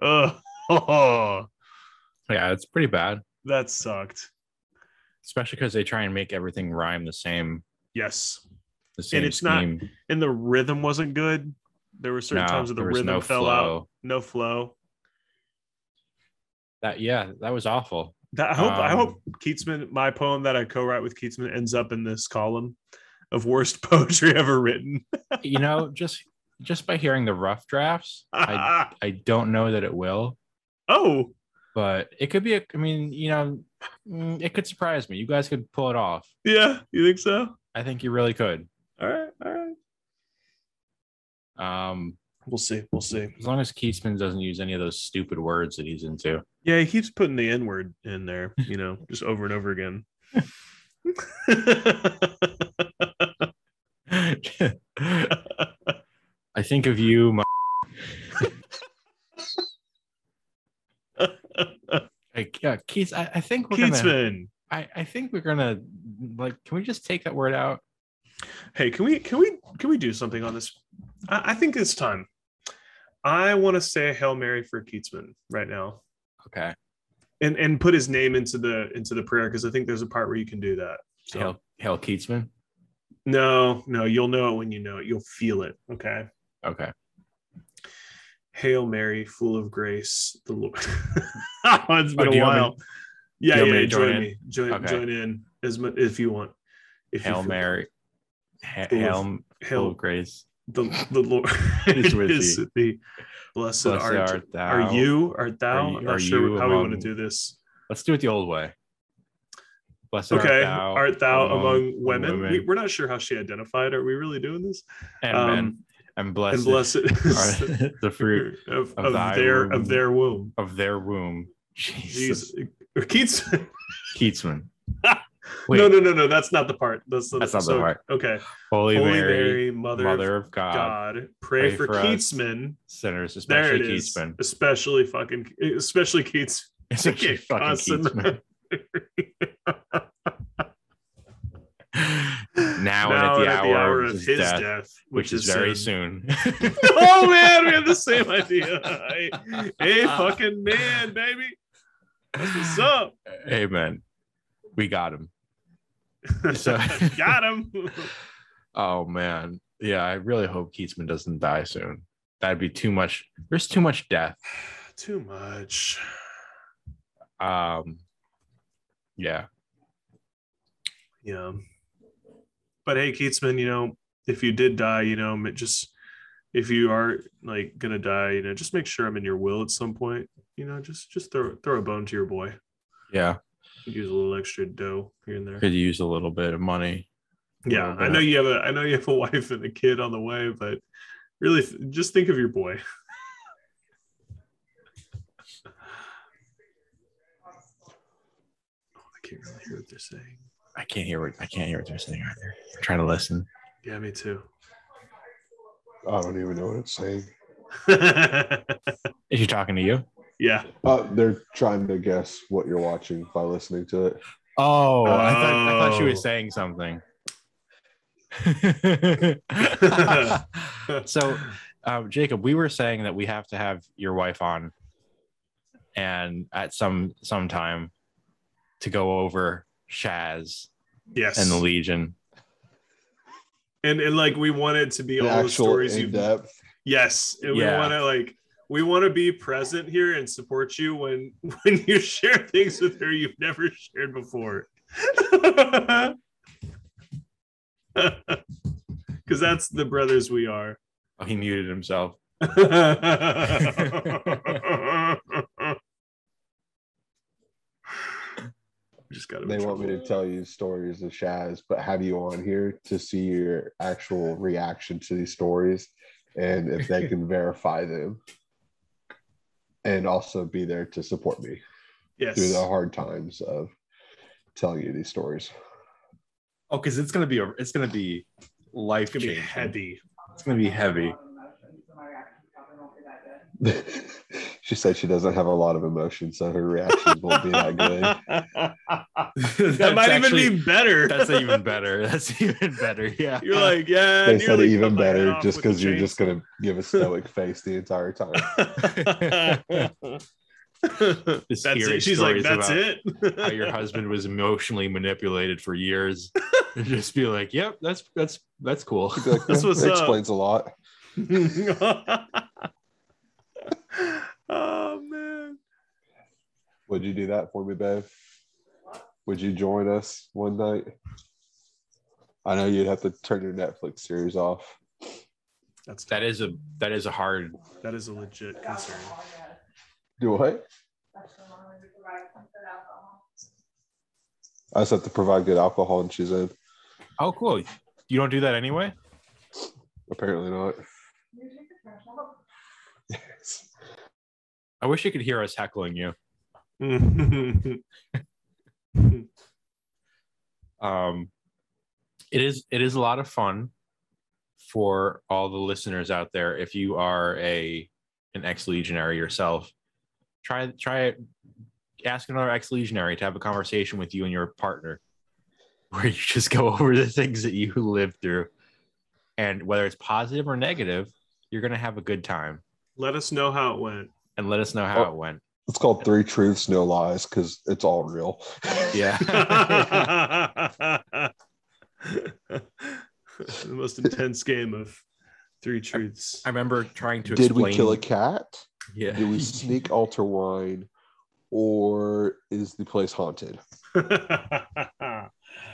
Speaker 2: Ugh.
Speaker 1: Yeah, it's pretty bad,
Speaker 2: that sucked.
Speaker 1: especially because they try and make everything rhyme the same.
Speaker 2: Yes.
Speaker 1: The same
Speaker 2: it's not-
Speaker 1: scheme.
Speaker 2: and the rhythm wasn't good. There were certain
Speaker 1: No,
Speaker 2: times where the
Speaker 1: there was
Speaker 2: rhythm
Speaker 1: no
Speaker 2: fell out,
Speaker 1: flow.
Speaker 2: no flow.
Speaker 1: That yeah, that was awful.
Speaker 2: That, I hope I
Speaker 1: Um,
Speaker 2: hope Keatsman, my poem that I co-write with Keatsman, ends up in this column of worst poetry ever written.
Speaker 1: you know, just just by hearing the rough drafts, I I don't know that it will,
Speaker 2: oh,
Speaker 1: but it could be. A, I mean, you know, mm, it could surprise me. You guys could pull it off.
Speaker 2: yeah, you think so?
Speaker 1: I think you really could.
Speaker 2: All right, all right.
Speaker 1: Um,
Speaker 2: We'll see. We'll see.
Speaker 1: as long as Keatsman doesn't use any of those stupid words that he's into.
Speaker 2: Yeah, he keeps putting the N word in there, you know, just over and over again.
Speaker 1: I think of you. My, like, yeah, Keats. I, I think we're gonna.
Speaker 2: Keatsman.
Speaker 1: I, I think we're gonna like. Can we just take that word out?
Speaker 2: Hey, can we can we can we do something on this? I, I think it's time. I want to say a Hail Mary for Keatsman right now.
Speaker 1: Okay.
Speaker 2: And and put his name into the into the prayer because I think there's a part where you can do that. So
Speaker 1: Hail, Hail Keatsman.
Speaker 2: no, no, you'll know it when you know it. You'll feel it. Okay.
Speaker 1: Okay.
Speaker 2: Hail Mary, full of grace, the Lord. Oh, it's been
Speaker 1: Oh, do you
Speaker 2: a
Speaker 1: want me-
Speaker 2: while. yeah,
Speaker 1: do you want me
Speaker 2: yeah,
Speaker 1: to
Speaker 2: join
Speaker 1: join in?
Speaker 2: me. Join
Speaker 1: Okay.
Speaker 2: join in as much if you want. If you
Speaker 1: Hail
Speaker 2: feel-
Speaker 1: Mary. Ha-
Speaker 2: Full of-
Speaker 1: Hail, full of
Speaker 2: Hail
Speaker 1: grace.
Speaker 2: the, the Lord
Speaker 1: Is with
Speaker 2: is
Speaker 1: thee.
Speaker 2: with thee. Blessed,
Speaker 1: Blessed
Speaker 2: art,
Speaker 1: art thou.
Speaker 2: Are you? Art thou?
Speaker 1: Are you-
Speaker 2: I'm not
Speaker 1: are
Speaker 2: sure
Speaker 1: you
Speaker 2: how we want to
Speaker 1: among-
Speaker 2: do this.
Speaker 1: Let's do it the old way. Blessed
Speaker 2: okay.
Speaker 1: art thou,
Speaker 2: among, women? We, we're not sure how she identified. Are we really doing this?
Speaker 1: and men, and blessed,
Speaker 2: um, and blessed is
Speaker 1: are the fruit
Speaker 2: of,
Speaker 1: of
Speaker 2: of
Speaker 1: thy
Speaker 2: their
Speaker 1: womb.
Speaker 2: of their womb.
Speaker 1: of their womb. Jesus,
Speaker 2: Jesus. Keats.
Speaker 1: Keatsman. Wait,
Speaker 2: no, no, no, no. That's not the part. That's,
Speaker 1: That's not the part.
Speaker 2: Okay.
Speaker 1: Holy,
Speaker 2: Holy
Speaker 1: Mary,
Speaker 2: Mary, Mother,
Speaker 1: Mother
Speaker 2: of
Speaker 1: of God,
Speaker 2: God, pray,
Speaker 1: pray
Speaker 2: for,
Speaker 1: for us.
Speaker 2: Keatsman.
Speaker 1: sinners,
Speaker 2: There
Speaker 1: especially
Speaker 2: it is.
Speaker 1: Keatsman.
Speaker 2: Especially fucking, especially Keats.
Speaker 1: It's actually
Speaker 2: Kick
Speaker 1: fucking
Speaker 2: us in
Speaker 1: Keatsman. now,
Speaker 2: Now
Speaker 1: and at the hour, of his, death,
Speaker 2: which, is,
Speaker 1: very
Speaker 2: sin.
Speaker 1: soon.
Speaker 2: oh man, we have the same idea. Hey, hey, fucking man, baby. What's up?
Speaker 1: Amen. We got him. So-
Speaker 2: Got him.
Speaker 1: Oh man, yeah. I really hope Keatsman doesn't die soon. That'd be too much. There's too much death.
Speaker 2: Too much.
Speaker 1: Um, yeah.
Speaker 2: Yeah. But hey, Keatsman, you know, if you did die, you know, m- just if you are like gonna die, you know, just make sure I'm in your will at some point. You know, just just throw throw a bone to your boy.
Speaker 1: Yeah,
Speaker 2: Could use a little extra dough here and there.
Speaker 1: could use a little bit of money.
Speaker 2: Yeah,
Speaker 1: little
Speaker 2: I know
Speaker 1: bit.
Speaker 2: you have a I know you have a wife and a kid on the way, but really th- just think of your boy. Oh, I can't really hear what they're saying.
Speaker 1: I can't hear what I can't hear what they're saying either. I'm trying to listen.
Speaker 2: Yeah, me too.
Speaker 5: I don't even know what it's saying.
Speaker 1: Is she talking to you?
Speaker 2: yeah.
Speaker 5: Uh, they're trying to guess what you're watching by listening to it.
Speaker 1: Oh, I, thought, I thought she
Speaker 2: Oh.
Speaker 1: was saying something. so, um, Jacob, we were saying that we have to have your wife on, and at some some time to go over Shaz
Speaker 2: Yes.
Speaker 1: and the Legion.
Speaker 2: and and like we want it to be
Speaker 5: The
Speaker 2: all the
Speaker 5: actual
Speaker 2: stories
Speaker 5: in
Speaker 2: you
Speaker 5: depth.
Speaker 2: yes and we
Speaker 1: Yeah.
Speaker 2: want to like we want to be present here and support you when when you share things with her you've never shared before because that's the brothers we are
Speaker 1: Oh, he muted himself.
Speaker 2: just got
Speaker 5: They want me to tell you stories of Shaz, but have you on here to see your actual reaction to these stories and if they can verify them and also be there to support me
Speaker 2: Yes.
Speaker 5: through the hard times of telling you these stories.
Speaker 8: Oh, because it's gonna be a, it's gonna be life
Speaker 2: It's gonna be
Speaker 8: changing.
Speaker 2: heavy.
Speaker 8: It's gonna be heavy.
Speaker 5: she said she doesn't have a lot of emotion, so her reactions won't be that good.
Speaker 2: that might even be better.
Speaker 1: That's even better. That's even better. Yeah.
Speaker 2: You're like, yeah.
Speaker 5: They said
Speaker 2: nearly
Speaker 5: it even
Speaker 2: cut my head
Speaker 5: better
Speaker 2: off
Speaker 5: just
Speaker 2: with the
Speaker 5: because you're just
Speaker 2: chainsaw.
Speaker 5: going to give a stoic face the entire time.
Speaker 2: that's
Speaker 1: hearing
Speaker 2: it. She's like,
Speaker 1: stories
Speaker 2: that's
Speaker 1: about
Speaker 2: it.
Speaker 1: how your husband was emotionally manipulated for years. And just be like, yep, that's that's that's cool.
Speaker 5: She'd be like,
Speaker 2: That's
Speaker 5: "Yeah,
Speaker 2: what's
Speaker 5: that
Speaker 2: up."
Speaker 5: explains a lot.
Speaker 2: oh man.
Speaker 5: Would you do that for me, babe? Would you join us one night? I know you'd have to turn your Netflix series off.
Speaker 2: That's
Speaker 1: That is a that is a hard
Speaker 2: that is a legit concern.
Speaker 5: Do what? I just have to provide good alcohol and she's in.
Speaker 1: Oh cool. You don't do that anyway?
Speaker 5: Apparently not.
Speaker 1: I wish you could hear us heckling you. um, it is it is a lot of fun for all the listeners out there if you are a an ex-legionary yourself try try it ask another ex-legionary to have a conversation with you and your partner where you just go over the things that you lived through and whether it's positive or negative you're going to have a good time
Speaker 2: Let us know how it went.
Speaker 1: and let us know how
Speaker 5: Oh.
Speaker 1: it went
Speaker 5: It's called Three Truths, No Lies, because it's all real.
Speaker 1: yeah
Speaker 2: the most intense game of three truths.
Speaker 1: i remember trying to
Speaker 5: Did
Speaker 1: explain
Speaker 5: we kill a cat?
Speaker 1: yeah
Speaker 5: Did we sneak altar wine? Or is the place haunted?
Speaker 2: They're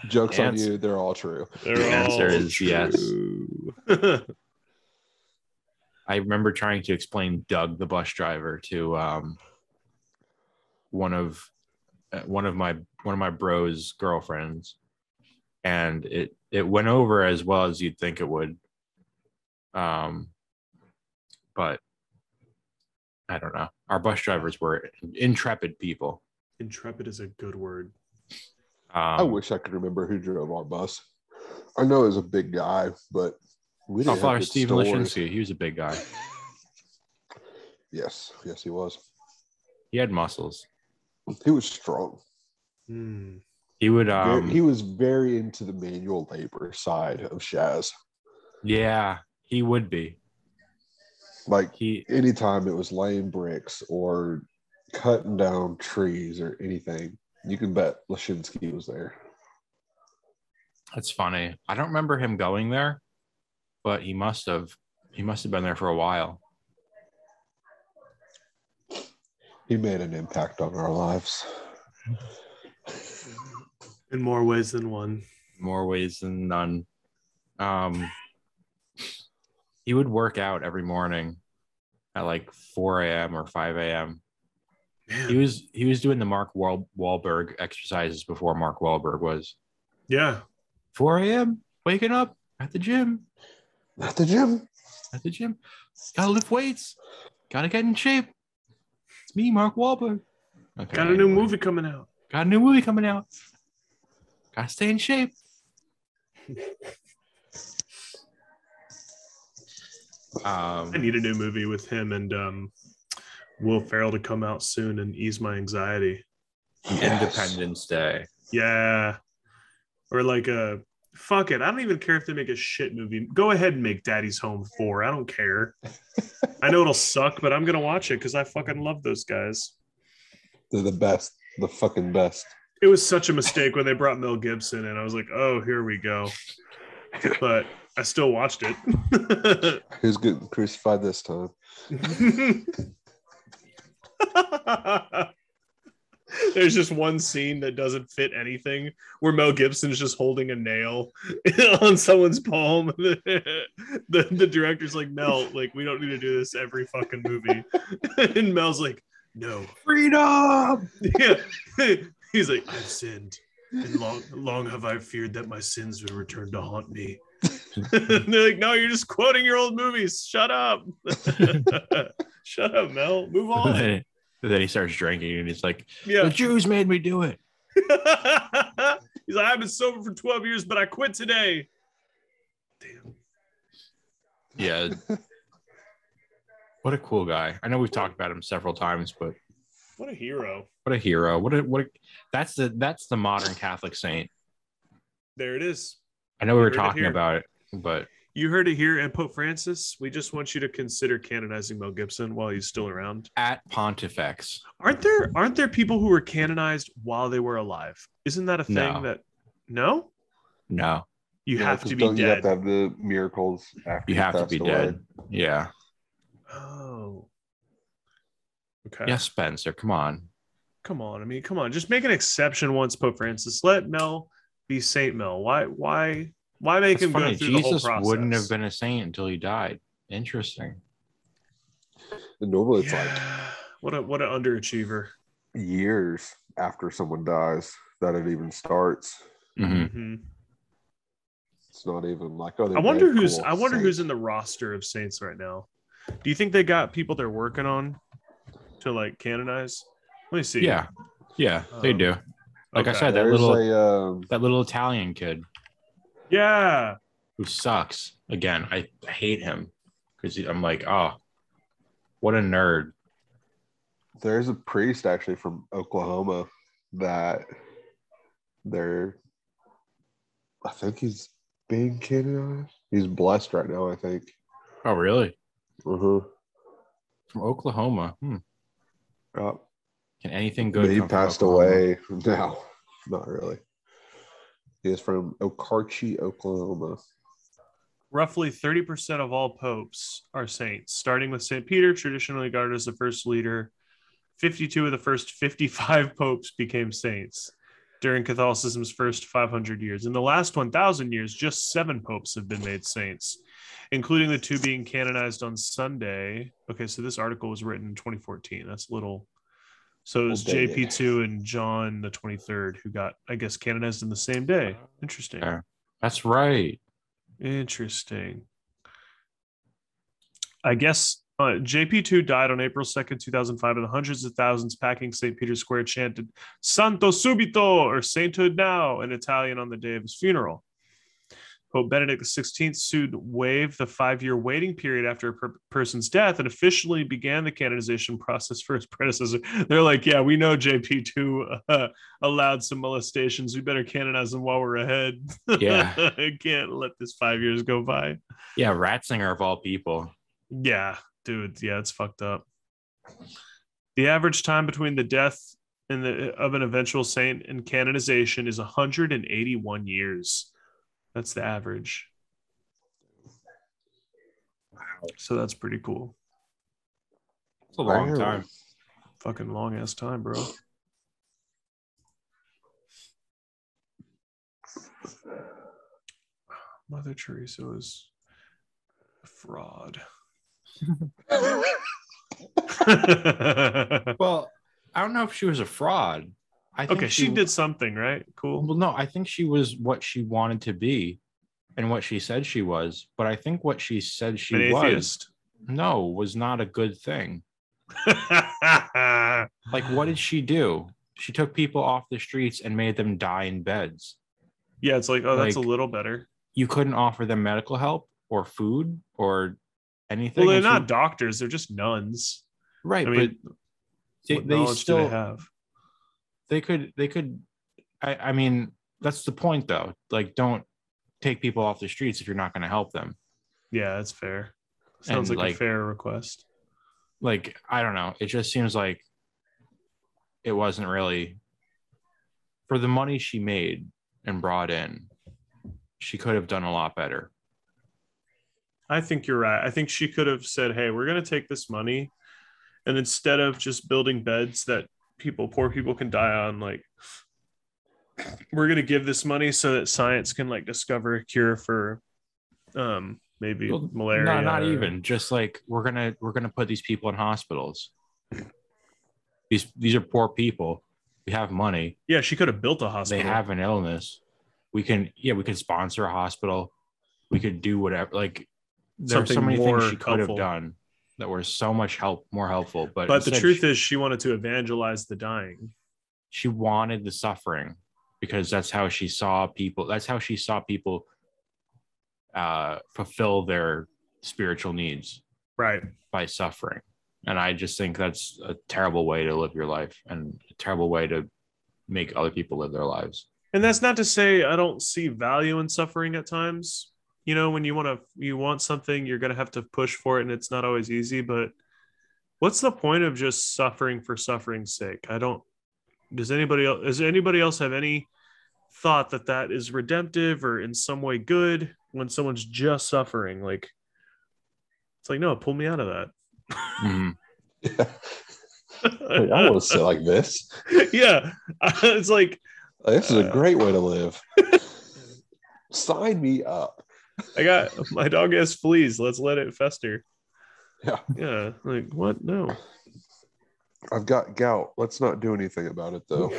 Speaker 5: Jokes on
Speaker 1: Answer.
Speaker 5: you, they're all true.
Speaker 1: The answer
Speaker 2: all
Speaker 1: is yes.
Speaker 2: true.
Speaker 1: I remember trying to explain Doug, the bus driver, to um, one of uh, one of my one of my bros' girlfriends, and it it went over as well as you'd think it would. Um, but I don't know. Our bus drivers were intrepid people.
Speaker 2: Intrepid is a good word.
Speaker 1: Um,
Speaker 5: I wish I could remember who drove our bus. I know it was a big guy, but we
Speaker 1: Oh,
Speaker 5: didn't have
Speaker 1: Father
Speaker 5: good
Speaker 1: Steve
Speaker 5: stories.
Speaker 1: Leshinsky, he was a big guy.
Speaker 5: Yes, yes, he was.
Speaker 1: He had muscles.
Speaker 5: He was strong.
Speaker 2: Hmm.
Speaker 1: He would.
Speaker 5: Ver-
Speaker 1: Um,
Speaker 5: he was very into the manual labor side of Shaz.
Speaker 1: yeah, he would be.
Speaker 5: Like
Speaker 1: He
Speaker 5: anytime it was laying bricks or cutting down trees or anything, you can bet Lashinsky was there.
Speaker 1: That's funny. I don't remember him going there, but he must have. He must have been there for a while.
Speaker 5: He made an impact on our lives.
Speaker 2: In more ways than one.
Speaker 1: More ways than none. Um, he would work out every morning at like 4 a.m. or 5 a.m. He
Speaker 2: Man.
Speaker 1: was he was doing the Mark Wahl- Wahlberg exercises before Mark Wahlberg was
Speaker 2: Yeah.
Speaker 1: 4 a.m. Waking up at the gym,
Speaker 5: At the gym,
Speaker 1: at the gym. Gotta lift weights. Gotta get in shape. It's me, Mark Wahlberg. Okay,
Speaker 2: Got a new
Speaker 1: anyway.
Speaker 2: movie coming out.
Speaker 1: Got a new movie coming out. Gotta stay in shape.
Speaker 2: I
Speaker 1: Um,
Speaker 2: need a new movie with him and um, Will Ferrell to come out soon and ease my anxiety.
Speaker 5: Yes.
Speaker 1: Independence Day.
Speaker 2: Yeah. Or like a fuck it. I don't even care if they make a shit movie. Go ahead and make Daddy's Home 4. I don't care. I know it'll suck, but I'm going to watch it because I fucking love those guys.
Speaker 5: They're the best, the fucking best.
Speaker 2: It was such a mistake when they brought Mel Gibson and I was like, oh, here we go. But I still watched it.
Speaker 5: Who's getting crucified this time?
Speaker 2: There's just one scene that doesn't fit anything where Mel Gibson's just holding a nail on someone's palm. the, the director's like, Mel, like, we don't need to do this every fucking movie. and Mel's like, no.
Speaker 1: Freedom.
Speaker 2: Yeah. He's like, I've sinned. And long, long have I feared that my sins would return to haunt me. And they're like, no, you're just quoting your old movies. Shut up. Shut up, Mel. Move
Speaker 1: and
Speaker 2: on.
Speaker 1: then, and then he starts drinking and he's like,
Speaker 2: Yeah.
Speaker 1: the Jews made me do it.
Speaker 2: He's like, I've been sober for 12 years, but I quit today. Damn.
Speaker 1: Yeah. what a cool guy. I know we've talked about him several times, but
Speaker 2: What a hero.
Speaker 1: what a hero. What a what a, that's the that's the modern Catholic saint.
Speaker 2: There it is.
Speaker 1: I know we
Speaker 2: You
Speaker 1: were
Speaker 2: heard it
Speaker 1: talking
Speaker 2: here.
Speaker 1: about it, but
Speaker 2: You heard it here. And Pope Francis, we just want you to consider canonizing Mel Gibson while he's still around.
Speaker 1: at Pontifex.
Speaker 2: Aren't there aren't there people who were canonized while they were alive? Isn't that a thing
Speaker 1: No.
Speaker 2: that no?
Speaker 1: No,
Speaker 2: You
Speaker 5: Yeah,
Speaker 2: have
Speaker 5: 'cause
Speaker 2: to be
Speaker 5: don't You have
Speaker 2: dead.
Speaker 5: to have the miracles after
Speaker 1: you have to
Speaker 5: passed
Speaker 1: be
Speaker 5: away.
Speaker 1: dead. Yeah.
Speaker 2: Oh. Okay.
Speaker 1: Yeah, Spencer, come on.
Speaker 2: Come on. I mean, come on. Just make an exception once, Pope Francis. Let Mel be Saint Mel. Why why why make
Speaker 1: That's
Speaker 2: him
Speaker 1: funny.
Speaker 2: go through the whole
Speaker 1: Jesus
Speaker 2: process?
Speaker 1: wouldn't have been a saint until he died. Interesting.
Speaker 5: And normally it's like
Speaker 2: Yeah. what a what an underachiever.
Speaker 5: years after someone dies that it even starts.
Speaker 1: Mhm.
Speaker 2: Mhm.
Speaker 5: It's not even like oh. they're
Speaker 2: I wonder
Speaker 5: dead,
Speaker 2: who's
Speaker 5: cool,
Speaker 2: I wonder
Speaker 5: saint.
Speaker 2: who's in the roster of Saints right now. Do you think they got people they're working on to like canonize? Let me see.
Speaker 1: Yeah, yeah, they
Speaker 2: Um,
Speaker 1: do. Like I
Speaker 2: okay.
Speaker 1: said, that
Speaker 5: There's
Speaker 1: little
Speaker 5: a, um,
Speaker 1: that little Italian kid
Speaker 2: Yeah.
Speaker 1: who sucks. Again, I hate him because I'm like, oh, what a nerd.
Speaker 5: there's a priest actually from Oklahoma that they're I think he's being canonized. He's blessed right now, I think.
Speaker 1: Oh, really? Mm-hmm.
Speaker 5: Uh-huh.
Speaker 1: From Oklahoma? Hmm.
Speaker 5: Uh,
Speaker 1: Can anything good?
Speaker 5: but he
Speaker 1: come from
Speaker 5: passed
Speaker 1: Oklahoma?
Speaker 5: away. No, not really. He is from Okarche, Oklahoma.
Speaker 2: Roughly 30% of all popes are saints, starting with St. Peter, traditionally regarded as the first leader. 52 of the first 55 popes became saints during Catholicism's first 500 years. In the last 1,000 years, just seven popes have been made saints, including the two being canonized on Sunday. Okay, so this article was written in 2014. That's a little. So it was
Speaker 5: Well, dated.
Speaker 2: JP2 and John the 23rd who got, I guess, canonized in the same day. Interesting.
Speaker 1: Yeah. That's right.
Speaker 2: Interesting. I guess uh, JP2 died on April 2nd, 2005, and the hundreds of thousands packing St. Peter's Square chanted Santo Subito or Sainthood Now in Italian on the day of his funeral. Pope Benedict XVI sued waived the five year waiting period after a per- person's death and officially began the canonization process for his predecessor. They're like, yeah, we know JP2 uh, allowed some molestations. We better canonize him while we're ahead.
Speaker 1: Yeah.
Speaker 2: I can't let this five years go by.
Speaker 1: Yeah, Ratzinger of all people.
Speaker 2: Yeah, dude. Yeah, it's fucked up. The average time between the death and the of an eventual saint and canonization is 181 years. That's the average. So that's pretty cool.
Speaker 1: It's a long
Speaker 5: Wow.
Speaker 1: time.
Speaker 2: Fucking long ass time, bro. Mother Teresa was a fraud.
Speaker 1: Well, I don't know if she was a fraud. I think
Speaker 2: okay, she, did something, right? Cool.
Speaker 1: Well, no, I think she was what she wanted to be and what she said she was. But I think what she said she
Speaker 2: An
Speaker 1: was
Speaker 2: atheist.
Speaker 1: no was not a good thing. Like, what did she do? She took people off the streets and made them die in beds.
Speaker 2: yeah, it's like, oh, that's
Speaker 1: Like-
Speaker 2: a little better.
Speaker 1: You couldn't offer them medical help or food or anything.
Speaker 2: Well, they're
Speaker 1: and she-
Speaker 2: not doctors; they're just nuns.
Speaker 1: right,
Speaker 2: I mean,
Speaker 1: but
Speaker 2: what
Speaker 1: they, they
Speaker 2: knowledge do
Speaker 1: still
Speaker 2: they have?
Speaker 1: they could they could I, I mean that's the point though like don't take people off the streets if you're not going to help them
Speaker 2: Yeah, that's fair. Sounds
Speaker 1: And,
Speaker 2: like,
Speaker 1: like-
Speaker 2: a fair request.
Speaker 1: like i don't know it just seems like it wasn't really for the money she made and brought in she could have done a lot better
Speaker 2: I think you're right. I think she could have said, "Hey, we're going to take this money, and instead of just building beds that people, poor people, can die on, like." We're gonna give this money so that science can like discover a cure for um maybe
Speaker 1: Well,
Speaker 2: malaria.
Speaker 1: no, not
Speaker 2: or-
Speaker 1: even. Just like we're gonna we're gonna put these people in hospitals. These these are poor people. We have money.
Speaker 2: Yeah, she could have built a
Speaker 1: They
Speaker 2: hospital.
Speaker 1: have an illness. We can yeah, we can sponsor a hospital. We could do whatever. Like there's so
Speaker 2: Something
Speaker 1: many things
Speaker 2: more
Speaker 1: she could
Speaker 2: helpful.
Speaker 1: have done that were so much help more helpful. But
Speaker 2: but the
Speaker 1: instead
Speaker 2: truth
Speaker 1: she,
Speaker 2: is, she wanted to evangelize the dying.
Speaker 1: she wanted the suffering because that's how she saw people. That's how she saw people uh, fulfill their spiritual needs.
Speaker 2: Right.
Speaker 1: by suffering. And I just think that's a terrible way to live your life and a terrible way to make other people live their lives.
Speaker 2: and that's not to say i don't see value in suffering at times you know when you want to you want something you're going to have to push for it and it's not always easy but what's the point of just suffering for suffering's sake i don't does anybody else does anybody else have any thought that that is redemptive or in some way good when someone's just suffering like it's like no pull me out of that
Speaker 1: Mhm.
Speaker 5: Like, I want to sit like this.
Speaker 2: yeah it's like
Speaker 5: This is a
Speaker 2: Uh.
Speaker 5: great way to live. Sign me up.
Speaker 2: I got my dog has fleas. Let's let it fester.
Speaker 5: Yeah.
Speaker 2: Yeah. Like what? No.
Speaker 5: I've got gout. Let's not do anything about it though.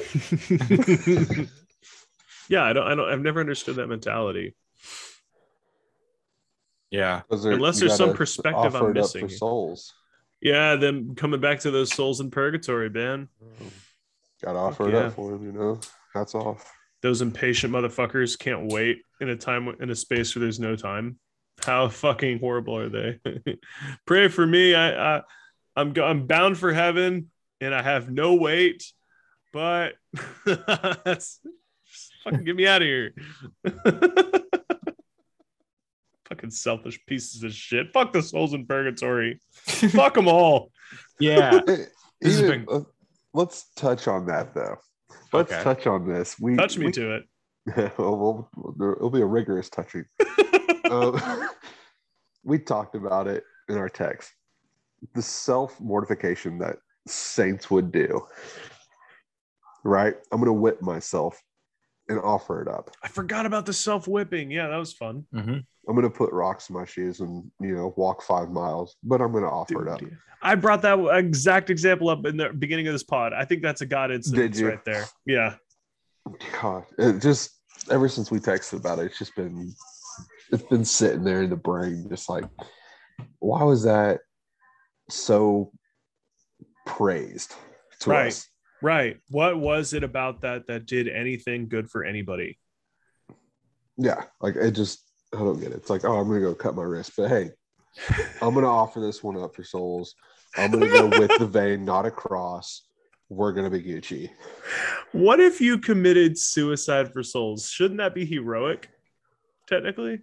Speaker 2: yeah, I don't. I don't. I've never understood that mentality.
Speaker 1: Yeah.
Speaker 5: 'Cause there-
Speaker 2: Unless
Speaker 5: you
Speaker 2: there's some
Speaker 5: gotta
Speaker 2: perspective I'm
Speaker 5: offer it up
Speaker 2: missing.
Speaker 5: for souls.
Speaker 2: Yeah, then coming back to those souls in purgatory, man.
Speaker 5: Got to offer
Speaker 2: Fuck
Speaker 5: it
Speaker 2: yeah.
Speaker 5: up for them, you know. Hats off.
Speaker 2: Those impatient motherfuckers can't wait in a time in a space where there's no time. How fucking horrible are they? Pray for me. I, I I'm go- I'm bound for heaven and I have no weight, but that's just fucking get me out of here. fucking selfish pieces of shit. Fuck the souls in purgatory. Fuck them all.
Speaker 1: Yeah.
Speaker 5: Hey,
Speaker 8: This has
Speaker 5: even- uh, let's touch on that though. Let's
Speaker 1: Okay.
Speaker 5: touch on this. We
Speaker 2: Touch me
Speaker 5: we-
Speaker 2: to it.
Speaker 5: Well, we'll- there- it'll be a rigorous touching. um, we talked about it in our text. The self mortification that saints would do. Right? I'm going to whip myself and offer it up.
Speaker 2: I forgot about the self whipping. Yeah, that was fun.
Speaker 1: Mhm.
Speaker 5: I'm going to put rocks in my shoes and, you know, walk five miles, but I'm going to offer it up.
Speaker 2: Dude, I brought that exact example up in the beginning of this pod. I think that's a God incident
Speaker 5: Did you?
Speaker 2: right there. Yeah.
Speaker 5: God, it just ever since we texted about it, it's just been it's been sitting there in the brain, just like why was that so praised to
Speaker 2: Right.
Speaker 5: us?
Speaker 2: Right. What was it about that that did anything good for anybody?
Speaker 5: Yeah, like it just I don't get it. It's like oh, I'm gonna go cut my wrist, but hey, I'm gonna offer this one up for souls. I'm gonna go with the vein, not a cross. We're gonna be Gucci.
Speaker 2: What if you committed suicide for souls? Shouldn't that be heroic? Technically,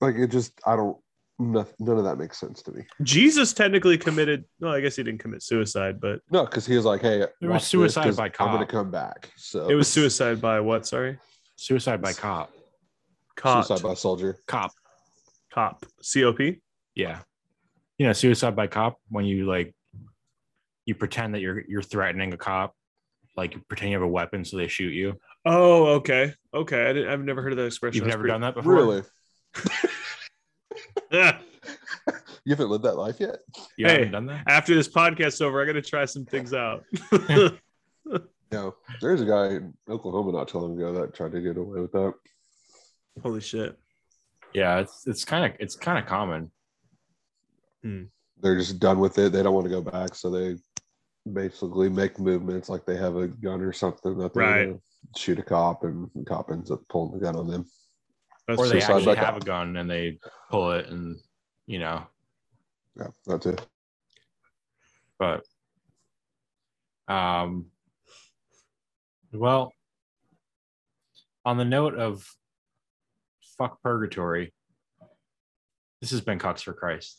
Speaker 5: Like it just I don't. No, none of that makes sense to me.
Speaker 2: Jesus technically committed. Well, I guess he didn't commit suicide, but
Speaker 5: No, because he was like, "Hey,
Speaker 1: was
Speaker 5: watch this,
Speaker 1: suicide
Speaker 5: 'cause
Speaker 1: by
Speaker 5: I'm gonna
Speaker 1: cop.
Speaker 5: come back." So
Speaker 2: it was suicide by what? Sorry,
Speaker 1: Suicide by cop.
Speaker 2: cop.
Speaker 5: Suicide by soldier.
Speaker 1: Cop.
Speaker 2: Cop. C O P.
Speaker 1: Yeah. You know, suicide by cop when you like you pretend that you're you're threatening a cop, like you pretend you have a weapon so they shoot you.
Speaker 2: Oh, okay, okay. I didn't, I've never heard of that expression.
Speaker 1: You've
Speaker 2: That's
Speaker 1: never
Speaker 2: pretty-
Speaker 1: done that before?
Speaker 5: Really?
Speaker 2: Yeah.
Speaker 5: You haven't lived that life yet?
Speaker 1: You
Speaker 2: Hey.
Speaker 1: haven't done that?
Speaker 2: After this podcast's over, I got to try some things out.
Speaker 5: No. There's a guy in Oklahoma not too long ago that tried to get away with that.
Speaker 2: Holy shit!
Speaker 1: Yeah, it's it's kind of it's kind of common.
Speaker 5: They're just done with it. They don't want to go back, so they basically make movements like they have a gun or something that they're
Speaker 2: Right.
Speaker 5: gonna shoot a cop, and the cop ends up pulling the gun on them.
Speaker 2: That's
Speaker 1: Or they
Speaker 5: suicide
Speaker 1: actually
Speaker 5: by
Speaker 1: have a
Speaker 5: cop.
Speaker 1: gun and they pull it and you know,
Speaker 5: Yeah, that's it.
Speaker 1: but um well on the note of fuck purgatory this has been cox for christ